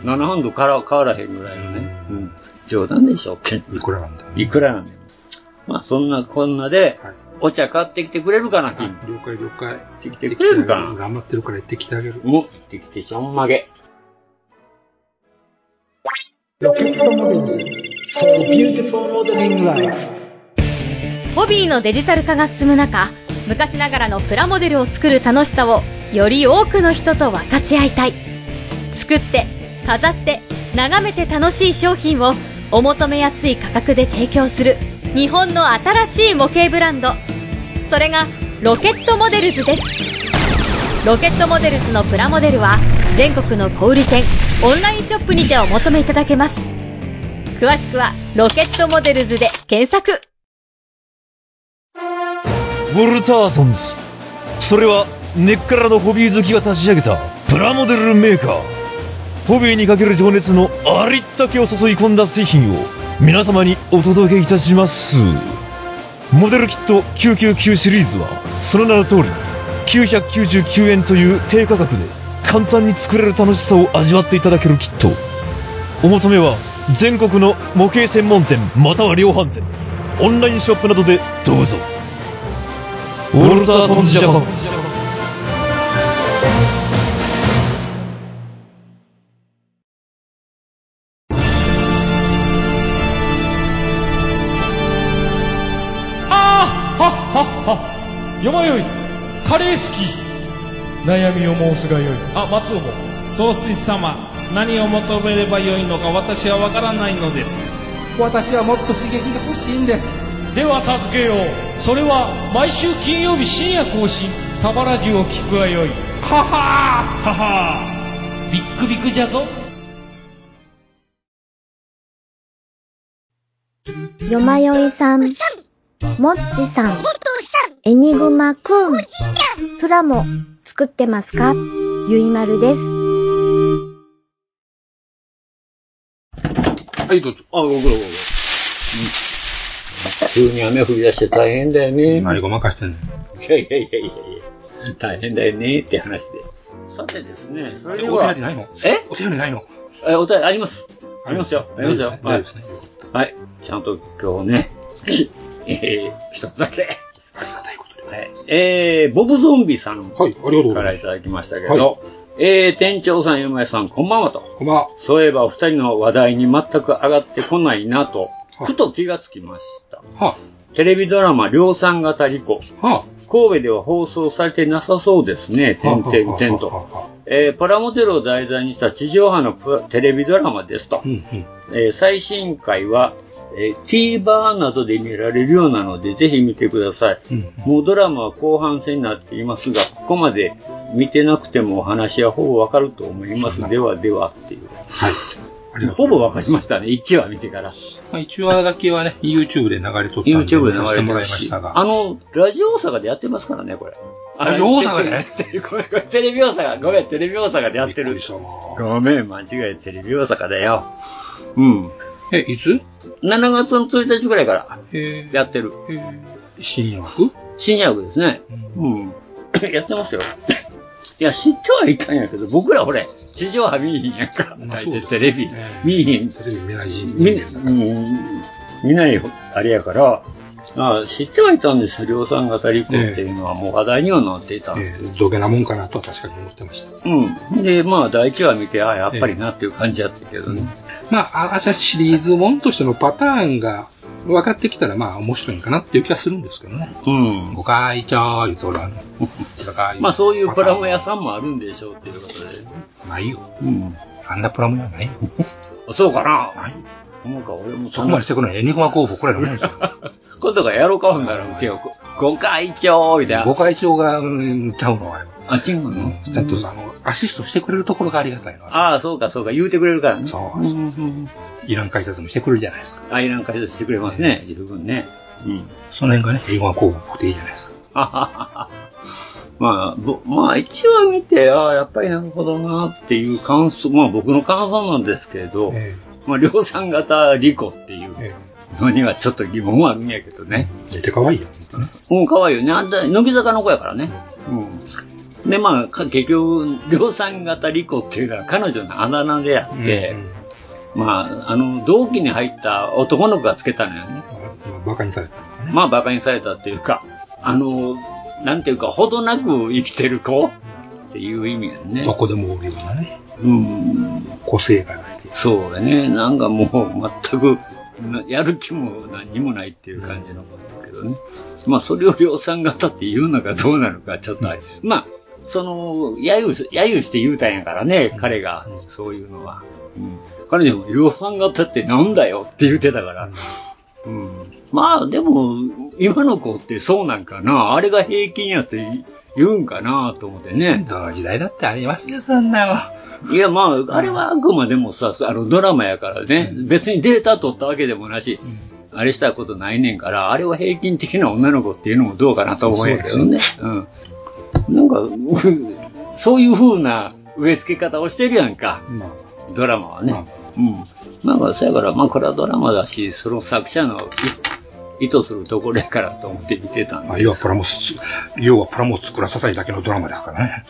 7ハンドから変わらへんぐらいのね。うん。冗談でしょって。
いくらなんだ
いくらなんだよ。まあ、そんなこんなで、
はい
お茶買ってきてくれるかな、金。
了解了解。
行ってきてくれるかな
頑張ってるから行ってきてあげる。
お、行ってきてちょんまげ。
ロケットモデル for beautiful modeling life
ホビーのデジタル化が進む中昔ながらのプラモデルを作る楽しさをより多くの人と分かち合いたい作って飾って眺めて楽しい商品をお求めやすい価格で提供する日本の新しい模型ブランドそれがロケットモデルズですロケットモデルズのプラモデルは全国の小売店オンラインショップにてお求めいただけます詳しくは「ロケットモデルズ」で検索
ウォルターソンズそれは根っからのホビー好きが立ち上げたプラモデルメーカーホビーにかける情熱のありったけを注い込んだ製品を皆様にお届けいたしますモデルキット999シリーズはその名の通り999円という低価格で簡単に作れる楽しさを味わっていただけるキットお求めは全国の模型専門店または量販店オンラインショップなどでどうぞウォルターソンズジャパン
あーはっはっは山よいカレー好き悩みを申すがよいあ松尾も総帥様何を求めればよいのか私はわからないのです私はもっと刺激が欲しいんですでは助けようそれは毎週金曜日深夜更新サバラジュを聞くがよいははーははービックビックじゃぞ
よまよいさん、もっちさん、エニグマくん、プラモ作ってますかゆいまるです。
はい、どうぞ。あ、ご苦労ご苦労。急に雨降り出して大変だよね。
何ごまかしてんの
いやいやいやいやいや。 大変だよねって話で。さてですね、それで
お
は
便りないの
え
お便りないの
え、お便りあります。ありますよ。ありますよ。は
大
い
丈夫ですね。
はい。ちゃんと今日ね、 きえー、一つだけ。はい。えー、ボブゾンビさん。はい、ありがとうございます。からいただきましたけど、
は
えー、店長さん、山井さん、こんばんはと。
こんばんは。
そういえば、お二人の話題に全く上がってこないなと、ふと気がつきました。テレビドラマ、量産型リコ。神戸では放送されてなさそうですね、
は
点々点と。えーパラモデルを題材にした地上波のプラテレビドラマですと。えー最新回は、えー、TVer などで見られるようなので、ぜひ見てください。もうドラマは後半戦になっていますが、ここまで見てなくてもお話はほぼわかると思います。ではではっていう。はい。ほぼわかりましたね。1話見てから。
まあ、一話だけはね、YouTube で流れとったんで、
YouTube で
見させて
流
も
れ
らい
てる
まし
した
が。
あの、ラジオ大阪でやってますからね、これ。
ラジオ大阪で
やってる。ごめん、ごめんテレビ大 阪、ごめん、テレビ大阪でやってる。ごめん、間違え、テレビ大阪だよ。うん。
え、いつ
?7 月の1日ぐらいからやってる。
深夜枠
深夜枠ですね。うん。やってますよ。いや、知ってはいたんやけど、僕らほれ、地上波見えへんやんか。大体テレビ、見えへん。テレビ見ないし。見、うん、見ないよあれやから、あ知ってはいたんですよ、量産型リコっていうのは、もう話題にはなっていたんですよ。
どげなもんかなとは確かに思ってました。
うん。で、まあ、第一話見て、ああ、やっぱりなっていう感じやったけどね。
まあ、朝シリーズもんとしてのパターンが分かってきたら、まあ、面白いんかなっていう気はするんですけどね。
うん。
ご会長、言うとらん。
まあ、そういうプラモ屋さんもあるんでしょうっていうことで。
ないよ。あんなプラモにはないよ。
そうかな思うか、俺も
そこまでしてくのエニグマ候補くらいのもんですよ。
今度がやろうか、ほんなら、うちを。ご会長みたいな。
ご会長が、うんちゃうのはよ。
あ、違うの
ちゃんとさ、あの、アシストしてくれるところがありがたいのは。
ああ、そうか、そうか、言うてくれるからね。
そう。イラン解説もしてくれるじゃないですか。
あ、いらん解説してくれますね、十分ね。うん。
その辺がね、エニグマ候補っぽくていいじゃないです か。
あはははまあ、ぼまあ、一応見て、ああ、やっぱりなるほどなっていう感想、まあ僕の感想なんですけど、まあ量産型リコっていうのにはちょっと疑問はあるんやけどね。
出て可愛いよ。
うん、可愛いよね。あんた、乃木坂の子やからね。うん。で、まあ、か結局、量産型リコっていうのは彼女のあだ名であって、まあ、あの、同期に入った男の子がつけたのよね。
バカにされた。
まあ、馬鹿にされたっていうか、あの、なんていうか、ほどなく生きてる子っていう意味やね。
どこでもおるようなね。
うん。
個性がない。
そうだね。なんかもう、 全く、なやる気も何にもないっていう感じの子だけどね。まあ、それを量産型っていうのがどうなのか、ちょっとあれ、まあ、その、揶揄す、揶揄して言うたんやからね、彼が、そういうのは。うん。彼でも、量産型ってなんだよって言ってたから。うん。まあ、でも、今の子ってそうなんかな。あれが平均やって言うんかなと思ってね。
その時代だってありますよ、そんなの。
いや、まあ、あれはあくまでもさ、あの、ドラマやからね、別にデータ取ったわけでもなし、あれしたことないねんから、あれは平均的な女の子っていうのもどうかなと思うんやけどね。うん。なんか、 そういう風な植え付け方をしてるやんか、ドラマはね。うん。なんか、そやから、まあ、これはドラマだし、その作者の意図するところやからと思って見てたんで
まあ、要はプラモス、要はプラモを作らせたいだけのドラマだからね。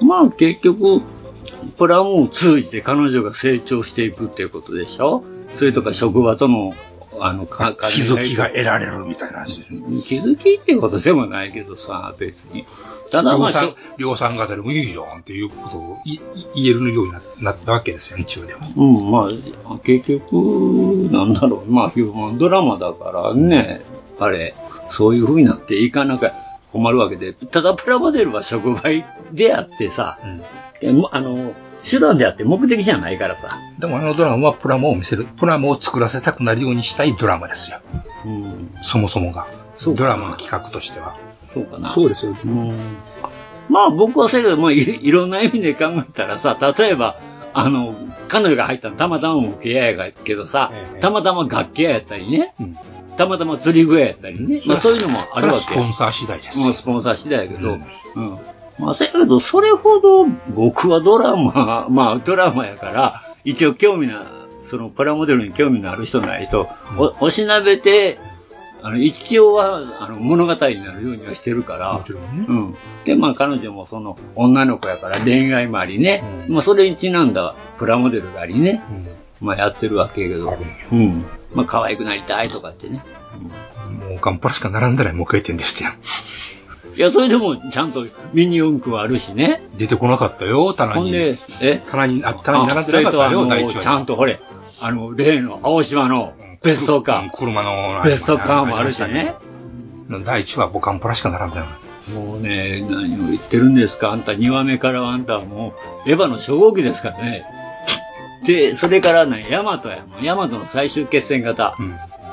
まあ結局、プラモを通じて彼女が成長していくっていうことでしょそれとか職場との、あの、か
気づきが得られるみたいな話で。
気づきっていうことでもないけどさ、別に。ただ
量
まあ、しょ
産、量産型でもいいじゃんっていうことをいい言えるようにななったわけですよ、一応では。
うん、まあ、結局、なんだろう、まあ、ヒューマンドラマだからね、あれ、そういう風になっていかなきゃ困るわけで、ただプラモデルは触媒であってさ、えもあの、手段であって目的じゃないからさ、
でもあのドラマはプラモを見せる、プラモを作らせたくなるようにしたいドラマですよ。
うん、
そもそもが。ドラマの企画としては。
そうかな。
そうですよ。
まあ僕はそうやけど、まあいいろんな意味で考えたらさ、例えば、あの、彼女が入ったのたまたま木屋やけどさ、たまたま楽器屋やったりね、たまたま釣り具屋やったりね、まあそういうのもあるわ
ス
け。
ポンサー次第です。
もうスポンサー次第やけど、うん。まあ、せやけど、それほど僕はドラマ、 まあ、ドラマやから、一応興味な、そのプラモデルに興味のある人ないと、お、おしなべて、あの、一応は、あの、物語になるようにはしてるから、うん。で、まあ、彼女もその、女の子やから恋愛もありね、まあ、それにちなんだプラモデルがありね、まあ、やってるわけやけど、うん。まあ、可愛くなりたいとかってね、
もうガンパラしか並んでない模型店でしたよ。
いや、それでもちゃんとミニ四駆はあるしね。
出てこなかったよ、棚に。
ほんで、え
棚に、あ、棚に並んでなかったよ、
あそれとあ
第
の
一話
ちゃんとほれ、あの、例の青島のベストカー。
車の、
ベストカーもあるしね。
第一話は僕ガンパラしか並んでない。
もうね、何を言ってるんですか、あんた2話目からはあんたはもう、エヴァの初号機ですからね。で、それからね、ヤマトやもん。ヤマトの最終決戦型。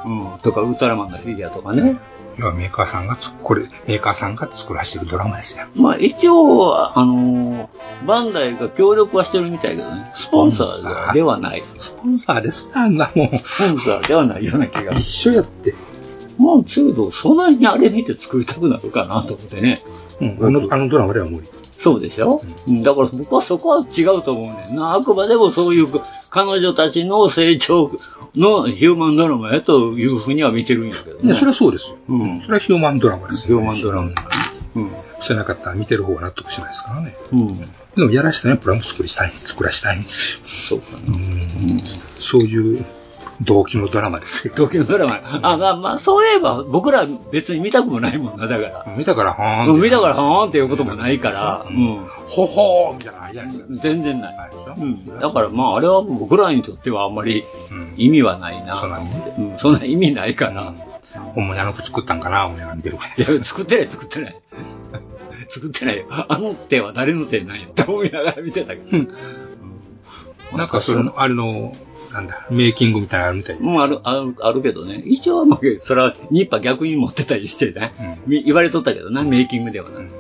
うん。とか、ウルトラマンのフィギュアとかね。
要はメーカーさんがつ、これ、メーカーさんが作らせてるドラマですよ。
まあ一応、ああのーバンダイが協力はしてるみたいけどね、スポンサーではない。ス
ポンサーですなんだもう。
スポンサーではないような気が。一
緒やって。
まあ、けど、そんなにあれ見て作りたくなるかなと思ってね。
うん、あの、あのドラマでは無理。
そうでしょ、うん、だから僕はそこは違うと思うねんな。あくまでもそういう彼女たちの成長のヒューマンドラマやというふうには見てるんやけど
い
ね。
や、それはそうですよ。
うん。
それはヒューマンドラマですよ。ヒュ
ーマンドラマ。うん。
それなかったら見てる方は納得しないですからね。
うん。
でもやらしたね、プラモ作りしたい、作らしたいんですよ。
そうか
うん。そういう動機のドラマですよ。
動機のドラマ。あ、まあまあ、そういえば僕ら別に見たくもないもんな、だから。
見たからはー
うん
ん。
見たからはーんっていうこともないから、うん。
ほほーみたいなのあるじゃないですか。
全然ない。うん。だからまあ、あれは僕らにとってはあんまり意味はないなと思って、うんそんな意味ないから。
ほんまにあの子作ったんかな、お前が見てるから。
いや、作ってない、作ってない。 作ってないよ。あの手は誰の手なんやって思いながら見てたけど。
なんかそれの、あれの、なんだ、メイキングみたいなのあるみたい
もうある、ある、あるけどね。一応はまあ、それは、ニッパ逆に持ってたりしてね。み言われとったけどな、メイキングではな。うん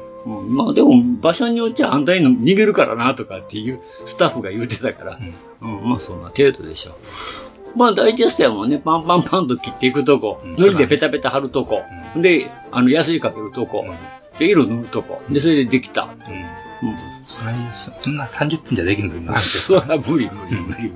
まあでも、場所によっちゃあんたに逃げるからな、とかっていうスタッフが言うてたから。うん、まあそんな程度でしょう。まあダイジェストやもんね、パンパンパンと切っていくとこ、のりでペタペタ貼るとこ、で、あの、安いかけるとこ、で、色塗るとこ、で、それでできた。うん。
そんな30分じゃできんの今。
それは無理無理無理無理。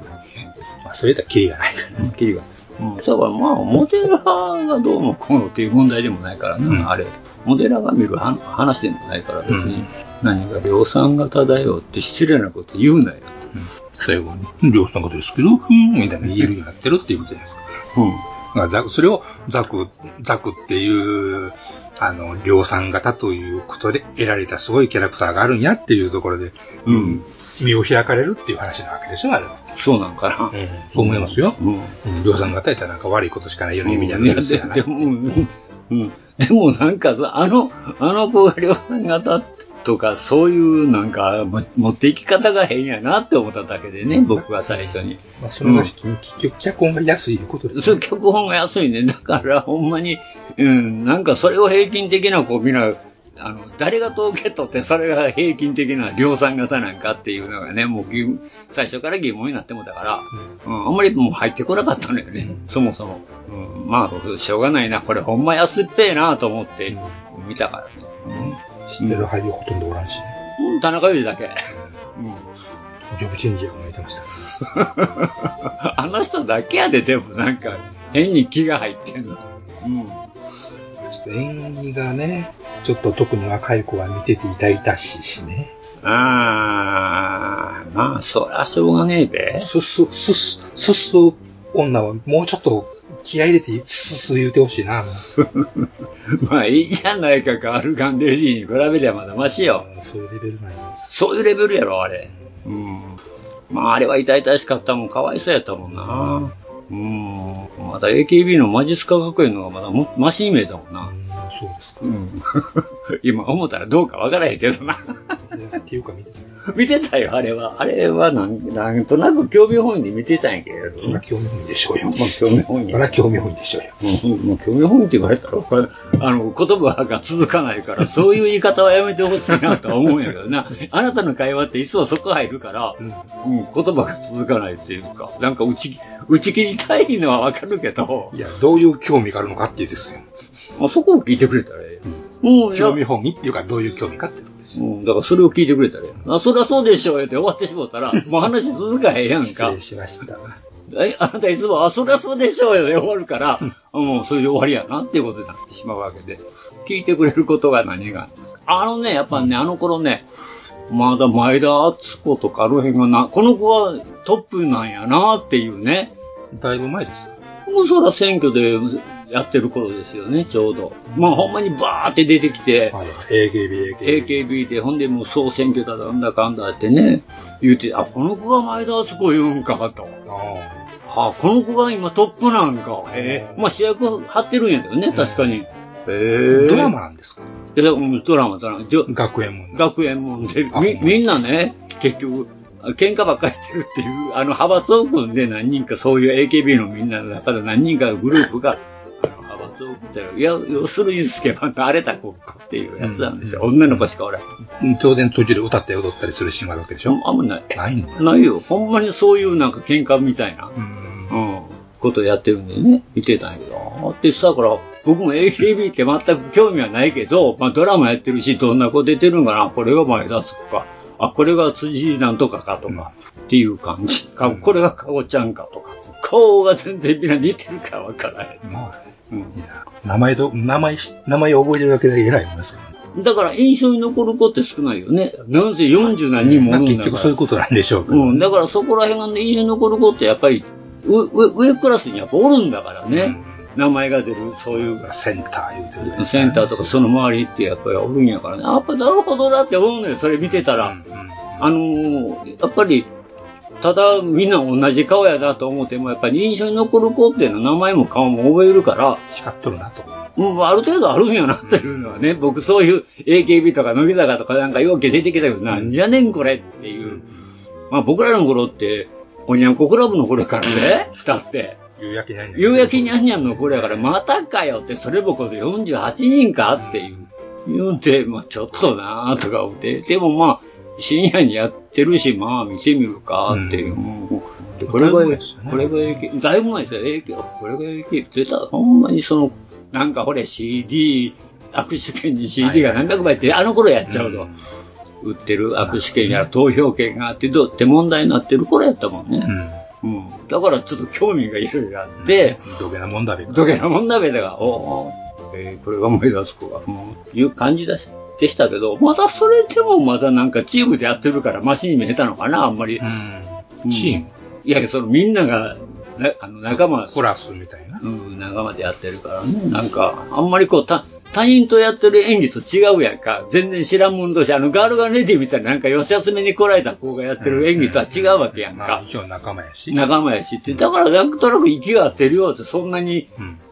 まあ、それだったらキリがないか
キリが。うん、だからまあ、モデラーがどうのこうのっていう問題でもないからな、あれ。モデラーが見るは話でもないから別に、何か量産型だよって失礼なこと言うなよ。
最後に、量産型ですけど、ふーん、みたいな言えるようになってるっていうことじゃないですか。
うん。
まあ、ザク、それをザク、ザクっていう、あの、量産型ということで得られたすごいキャラクターがあるんやっていうところで、
うん。
身を開かれるっていう話なわけでしょ、あれは。
そうなんかな。
うん、そう思いますよ。うん。量産型やったらなんか悪いことしかないような意味になるんですよ
で
ね。
も、うんうんでもなんかさ、あの、あの子が量産型とか、そういうなんか、も持っていき方が変やなって思っただけでね、僕は最初に。
まあ、それが結局、脚本が安いいうことです
そう、脚本が安いね。だから、ほんまに、うん、なんかそれを平均的な、こう、みんな、あの、誰が統計取って、それが平均的な量産型なんかっていうのがね、もう疑、最初から疑問になってもだから、うん、あんまりもう入ってこなかったのよね、そもそも。うん、まあ、しょうがないな、これほんま安っぺえなと思って、見たからね。
知ってる俳優ほとんどおらんしね。
うん、田中裕二だけ。うん
ジョブチェンジャーもいてました。
あの人だけやで、でもなんか、変に気が入ってんの。うん。
ちょっと演技がね、ちょっと特に若い子は見てて痛々しいしね。
ああ、まあ、そりゃしょうがねえべ。
すす、すす、すす女はもうちょっと気合い入れてすす言うてほしいな。
まあ、いいじゃないか、ガールガンデジーに比べりゃまだマシよ。
そういうレベルなんや。
そういうレベルやろ、あれ。うん。まあ、あれは痛々しかったもん、かわいそうやったもんな。うん。まだ AKB の魔術科学園の方がまだもマシに見えたもんな。
そうですか。
うん。 今思ったらどうかわからへんけどな。
っていうか見て
見てたよ、あれは。あれはなん、なんとなく興味本位で見てたんやけれど。
まあ、興味本位でしょうよ。
まあ、興味本位
そ。ら興味本位でしょうよ。
うん、もう興味本位って言われたら、これあの、言葉が続かない から、そういう言い方はやめてほしいなとは思うんやけど な。あなたの会話っていつもそこ入るから、うん、言葉が続かないっていうか、なんか打ち、打ち切りたいのはわかるけど、
いや、どういう興味があるのかっていうですよ。
あそこを聞いてくれたらええ。うん、
興味本位っていうか、どういう興味かってとこですよ。
うん、だからそれを聞いてくれたらええ。あ、そりゃそうでしょうよって終わってしもうたら、もう話続かへんやん
失
か
礼。しました。
え、あなたいつも、あ、そりゃそうでしょうよで終わるから、もうそれで終わりやなっていうことになってしまうわけで、聞いてくれることが何が。あのね、やっぱね、あの頃ね、まだ前田敦子とかあの辺がな、この子はトップなんやなっていうね。
だいぶ前ですか
もうそら選挙でやってる頃ですよね、ちょうど。まあほんまにバーって出てきて、
AKB、AKB。
AKB で、ほんでもう総選挙だなんだかんだってね、言うて、あ、この子が前田敦子言うんかと。
あ
あ、この子が今トップなんか。へえ。まあ主役張ってるんやけどね、確かに。へえ。
ドラマなんですか
いやうんドラマ、ドラマ。じょ
学園もん
学園もんで、み、みんなね、結局、あ喧嘩ばっかりしてるっていう、あの、派閥を組んで何人か、そういう AKB のみんなの中で何人かのグループが、あの、派閥を組んでる、いや、要するにスケバンと荒れた子っていうやつなんですよ。女の子しかおらん。
うん当然途中で歌ったり踊ったりするシーンがあるわけでしょ
あんまない。
ないの
ないよ。ほんまにそういうなんか喧嘩みたいな、うん、ことやってるんでね、見てたんやけど、あーってさ、から、僕も AKB って全く興味はないけど、まあドラマやってるし、どんな子出てるんかな、これが前田とか、あ、これが辻なんとかかとか、っていう感じ。かこれがかごちゃんかとか。顔が全然みんな似てるからわからへん。
まあ、
うん
名前と、名前し、名前を覚えてるだけで偉いもんですからね。
だから印象に残る子って少ないよね。なんせ40何人も
ま
お
あ
るんだか
結
ら。
局そういうことなんでしょうけど。
うん、だからそこら辺がね、印象に残る子ってやっぱり、うう上クラスにやっぱおるんだからね。名前が出る、そういう
センター言うてるね
センターとかその周りってやっぱりおるんやからね。やっぱなるほどだって思うのよ、それ見てたら。あのーやっぱり、ただみんな同じ顔やなと思っても、やっぱり印象に残る子っていうのは名前も顔も覚えるから、
光っとるなと。
うん、ある程度あるんやなっていうのはね、僕そういう AKB とか乃木坂とかなんかようけ出てきたけど、なんじゃねんこれっていう。まあ僕らの頃って、おにゃんこクラブのこれからね、二って。
夕焼けにゃんにゃん
夕焼けにゃんにゃんのこれやから、またかよって、それもこれ48人かっていう。言うんで、まあちょっとなーとか思って。でもまあ深夜にやってるし、まあ見てみるかっていう。うんでこれが、これが影響、だいぶ前ですよ、影響、これが影響出た。ほんまにその、なんかほれ CD、握手券に CD が何百枚って、あの頃やっちゃうと。売ってる握手券や投票券があって、どうって問題になってる頃やったもんね。うんだからちょっと興味がいろいろあって、
どげなもんだべ。
どげなもんだべだが、おうおう、えーこれが思い出す子が、うんいう感じだしでしたけど、まだそれでもまだなんかチームでやってるからマシに見えたのかな、あんまり。チームいや、そのみんなが、なあの仲間。
コラスみたいな。
うん、仲間でやってるからね。なんか、あんまりこう、た他人とやってる演技と違うやんか。全然知らんもん同士、あの、ガールガンレディみたいな、なんか、寄せ集めに来られた子がやってる演技とは違うわけやんか。
一応仲間やし。
仲間やしって、だからなんとなく息が合ってるよって、そんなに、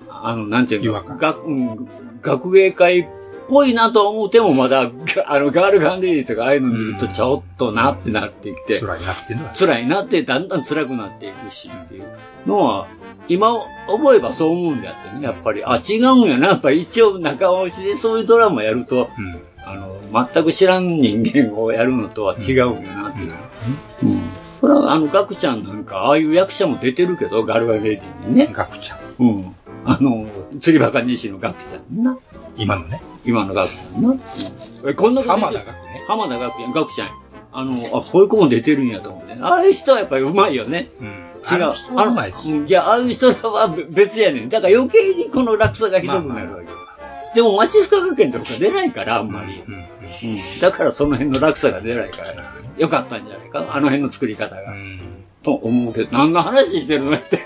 あの、なんていうの、学うん学芸会っぽいなとは思っても、まだ、 があの、ガールガンレディとか、ああいうの見ると、ちょっとなってなってきて、
辛いなっていうのは。
辛いなって、だんだん辛くなっていくしっていうのは、今思えばそう思うんだってね、やっぱり。あ、違うんやな。やっぱり一応仲間内でそういうドラマやると、あの、全く知らん人間をやるのとは違うんやなっていう。それは、あの、ガクちゃんなんか、ああいう役者も出てるけど、ガルガルレディにね。
ガクちゃん。
うん。あの、釣りバカ西のガクちゃんな。
今のね。
今のガクちゃんな。うんえ、こんな子浜田ガクね。浜田ガクやん、ガクちゃんや。あの、あ、こういう子も出てるんやと思って。ああいう人はやっぱりうまいよね。違う。あの、うんいや、ああいう人はべ別やねん。だから余計にこの落差がひどくなるわけ。でも、マチスカ学園とか出ないから、あんまり。うんだからその辺の落差が出ないから、よかったんじゃないか、あの辺の作り方が。と思うけど、何の話してるのって。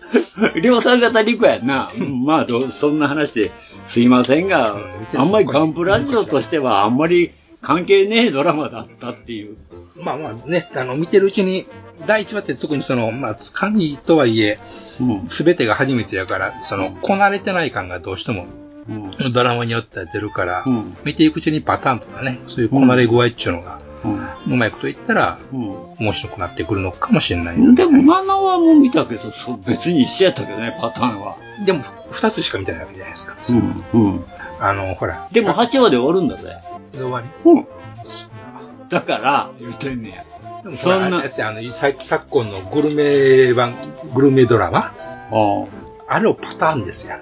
量産型リコやん な。うんまあどう、そんな話ですいませんが、あんまりガンプラジオとしてはあんまり関係ねえドラマだったっていう。
まあまあね、あの、見てるうちに、第1話って特にその、まあ、つかみとはいえ、すべてが初めてやから、その、こなれてない感がどうしても、ドラマによっては出るから、見ていくうちにパターンとかね、そういうこなれ具合っていうのが、うまいこと言ったら、面白くなってくるのかもしれない。
でも、マナはもう見たけど、そう別に一緒やったけどね、パターンは。
でも、2つしか見てないわけじゃないですか。
うん、うん。
あの、ほら。
でも、8話で終わるんだぜ。
で終わり
だから、言ってんねや。
でも
そんな
ほらあれですよあの、最昨今のグルメ版、グルメドラマ
あ
れをパターンですやん。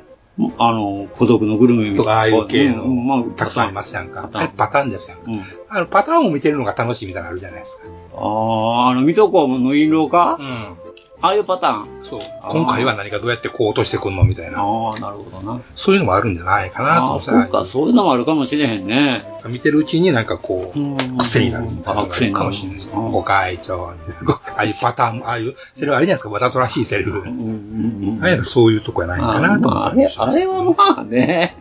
あの、孤独のグルメみたいな。
とか、ああいう系の、
うんまあ、
たくさんいますやんか。
ターン
あれパターンですやんか。
うん
あの、パターンを見てるのが楽しいみたいなのあるじゃないですか。
ああ、あの、水戸黄門の印籠か
うん。
ああいうパターン。
そう。
あー
今回は何かどうやってこう落としてくんのみたいな。
ああ、なるほどな。
そういうのもあるんじゃないかなと
あ
思
あ、
って
そうか、そういうのもあるかもしれへんね。
見てるうちになんかこう、癖になるみたいなのがあ
癖に
る
な
か
る
もしれないです。ご会長、ごああいうパターン、ああいう、セリフあれじゃないですか、わざとらしいセリフ。ああいうのそういうとこやないかなと思って。
あれはまあね、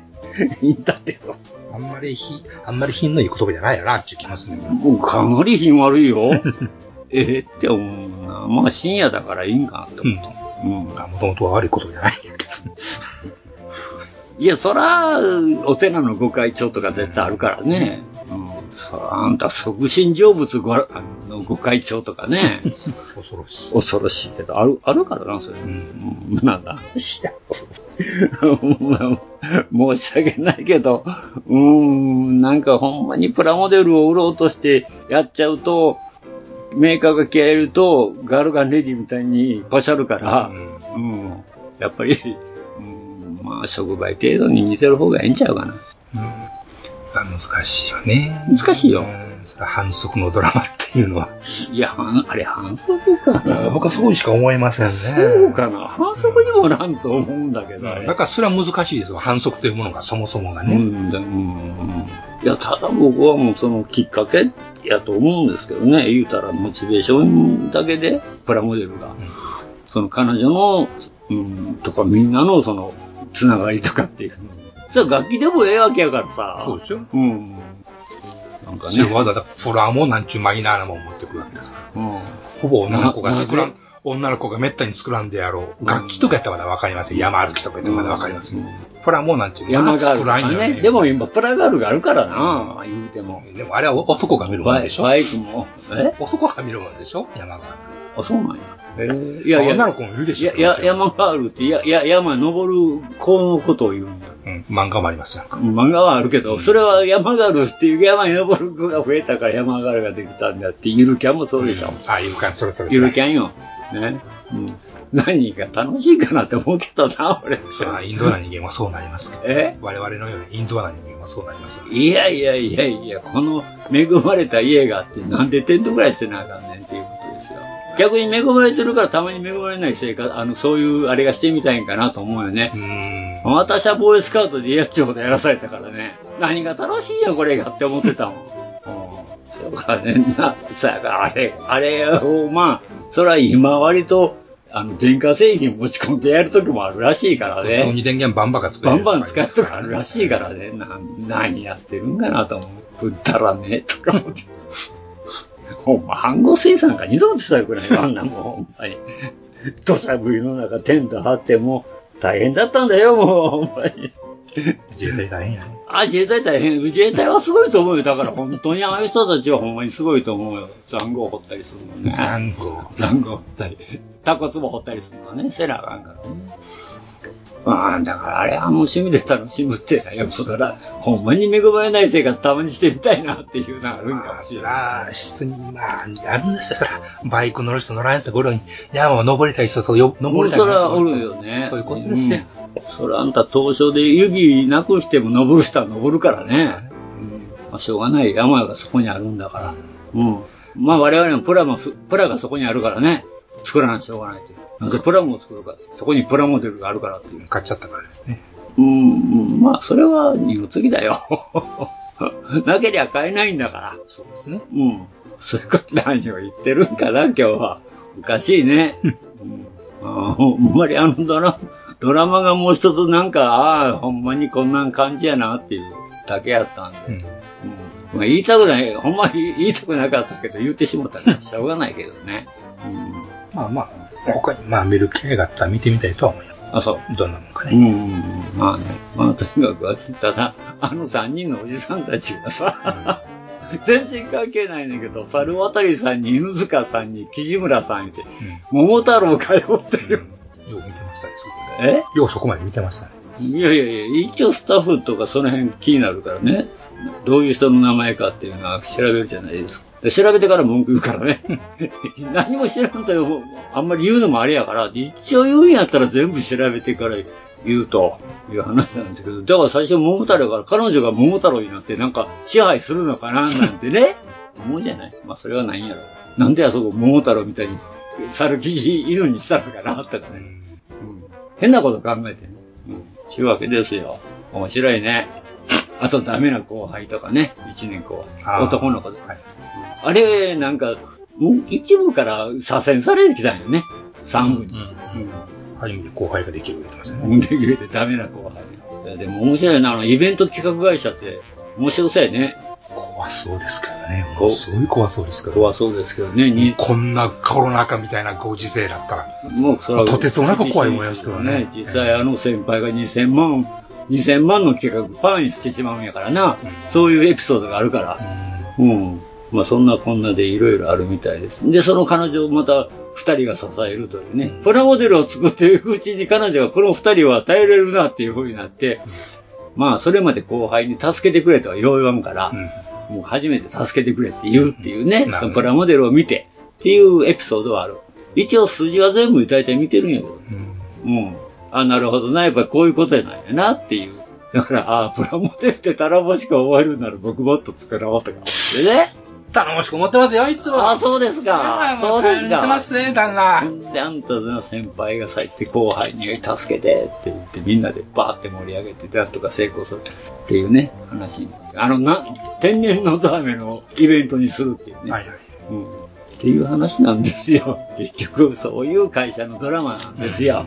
いいんだけど。
あんまりひ、あんまり品のいい言葉じゃないやなっていう気がするね。
かなり品悪いよ。ええって思うな。まあ深夜だからいいんかなって思った。うん。
もともとは悪いことじゃないんやけど。
いや、そら、お寺のご会長とか絶対あるからね。うん。そらあんた、即身成仏ごあのご会長とかね。
恐ろしい。
恐ろしいけど、ある、あるからな、それ。うん。なんだ。しや。まあ申し訳ないけど、うーん、なんかほんまにプラモデルを売ろうとしてやっちゃうと、メーカーが消えると、ガルガンレディみたいにパシャるから、うん、やっぱり、うん、まあ、触媒程度に似てる方がいいんちゃうかな。
難しいよね。
難しいよ。
それは反則のドラマっていうのは。
いや、はんあれ反則かな。
僕はそうしか思えませんね。
そうかな。反則にもなんと思うんだけど、あれ
だからそれは難しいですよ。反則というものがそもそもがね。
うんだうんいや、ただ僕はもうそのきっかけやと思うんですけどね、言うたらモチベーションだけで、プラモデルが、その彼女の、うん、とかみんなのその、つながりとかっていうの。それは楽器でもええわけやからさ。そう
ですよ。
うん。なんか
それ
ね。
わざわざプラモなんちゅうマイナーなもん持ってくるわけですから。ほぼ女の子が作らん、女の子がめったに作らんであろう。楽器とかやったらまだわかりますよ。山歩きとかやったらまだわかりますよ。プラモなんていうの
山
は
がある
作
からら
んよ
ね。
ね。
でも今、プラガールがあるからな、言うても。
でもあれは男が見るもんでしょ
バイバイクも。え
男が見るもんでしょ山があ
る。あ、そうなんや。えいやいや、
女の子もいるでしょ
いや、いや山があるって、いや、いや山登る子のことを言うんだよ。
漫画もありますよ。
漫画はあるけど、それは山があるっていう山に登る子が増えたから山があるができたんだって、ゆるキャンもそうでしょ。
あ、ゆるキャン、それそれ。
ゆるキャンよ。ね。うん。何が楽しいかなって思うけどな、俺。
まあインドアな人間はそうなりますけど、
え
我々のようにインドアな人間はそうなりますよ。
いやいやいやいや、この恵まれた家があって、なんでテントぐらいしてなあかんねんっていうことですよ。逆に恵まれてるからたまに恵まれない生活、あの、そういうあれがしてみたいんかなと思うよ
ね。
私はボーイスカウトでやっちゅうほどやらされたからね。何が楽しいよ、これがって思ってたもん。うん。そうかね、な、さやからあれ、あれを、まあ、それは今割と、あの、電化製品持ち込んでやるときもあるらしいからね。
そうに電源バンバンが作れ
バ
る。
ンバン使うとかあるらしいからね、な何やってるんかなと思う。ぶったらね、 とか思って。ほんま、飯合生産が二度としたくないわ、あんなもん、ほんまに。土砂降りの中、テント張っても、大変だったんだよ、もう、ほんまに。
自衛隊大変やね。
あ、自衛隊大変。自衛隊はすごいと思うよ。だから本当にああいう人たちはほんまにすごいと思うよ。残壕掘ったりするもんね。
残酷。
残酷掘ったり。タコツボ掘ったりするのはね、セラがあかんからね。まあ、だからあれはもう趣味で楽しむってやことだら、ほんまに恵まれない生活たまにしてみたいなっていうのがあるんかもしれない。
ああ、質に、まあ、あるんですよ、そら。バイク乗る人乗らない人頃に、山を登りたい人とよ、登りたい
そ
人
れは
と
おるよね。
そういうことですよ。
それあんた東証で指なくしても登る人は登るからね。まあ、しょうがない山がそこにあるんだから。うん。まあ我々もプラも、プラがそこにあるからね。作らないとしょうがないという。なんでプラモを作るか。そこにプラモデルがあるからっていう。
買っちゃったからですね。
うん、うん。まあそれは二の次だよ。 なけりゃ買えないんだから。
そうですね。
うん。そういうこと何を言ってるんかな、今日は。おかしいね。あほんまにあのドラドラマがもう一つなんか、ああ、ほんまにこんな感じやなっていうだけやったんで。
うん
まあ、言いたくない、ほんまに言いたくなかったけど、言ってしもったからしょうがないけどね。
まあまあ、他に、まあ見る機会があったら見てみたいとは思います。
あ、そう。
どんなもんかね。
うん、まあね。まあとにかく、ただ、あの三人のおじさんたちがさ、全然関係ないねんだけど、猿渡さんに犬塚さんに木村さんって、桃太郎通ってる。
よく見てましたね、そこ
え
でようそこまで見てましたね。
いやいやいや、一応スタッフとかその辺気になるからね、どういう人の名前かっていうのは調べるじゃないですか。で調べてから文句言うからね。 何も知らんとよ、あんまり言うのもあれやから、一応言うんやったら全部調べてから言うという話なんですけど、だから最初桃太郎から彼女が桃太郎になってなんか支配するのかななんてね、 思うじゃない。まあそれはないんやろ。なんであそこ桃太郎みたいに猿キジ犬にしたのかなとかね。変なこと考えてね。うん。ちゅうわけですよ。面白いね。あとダメな後輩とかね。一年後輩。男の子で。あれ、なんか、もう一部から左遷されてきたんよね。三部に。
初めて後輩ができる言ってましたね。
うん。できるってダメな後輩。いやでも面白いな。あの、イベント企画会社って面白そうやね。
怖そうですからね。もうすごい怖そうですから。
怖そうですけどね。に
こんなコロナ禍みたいなご時世だったら。
もうそれは
とてつもなく怖い思いますけどね
実際あの先輩が2000万、2000万の計画パーにしてしまうんやからな。そういうエピソードがあるから。うん。まあそんなこんなでいろいろあるみたいです。で、その彼女をまた二人が支えるというね。プラモデルを作っていくうちに彼女がこの二人は頼れるなっていう風になって、まあそれまで後輩に助けてくれとはよう言わんから、もう初めて助けてくれって言うっていうね、そのプラモデルを見てっていうエピソードはある。一応数字は全部大体見てるんやけど、うん。あ、なるほどな、やっぱりこういうことやなんやなっていう。だから、あプラモデルって頼もしく思えるなら僕もっと作ろうとか思ってね。
頼もしく思ってますよ、いつも。
あ、そうですか。
も
そうう
頼りにし
です
て
か
ま。すね、旦那。
で、あんたの先輩が最って後輩に助けてって言ってみんなでバーって盛り上げて、なんとか成功するっていうね、話になってあの、な、天然のダメのイベントにするっていうね。うん。っていう話なんですよ。 結局、そういう会社のドラマなんですよ。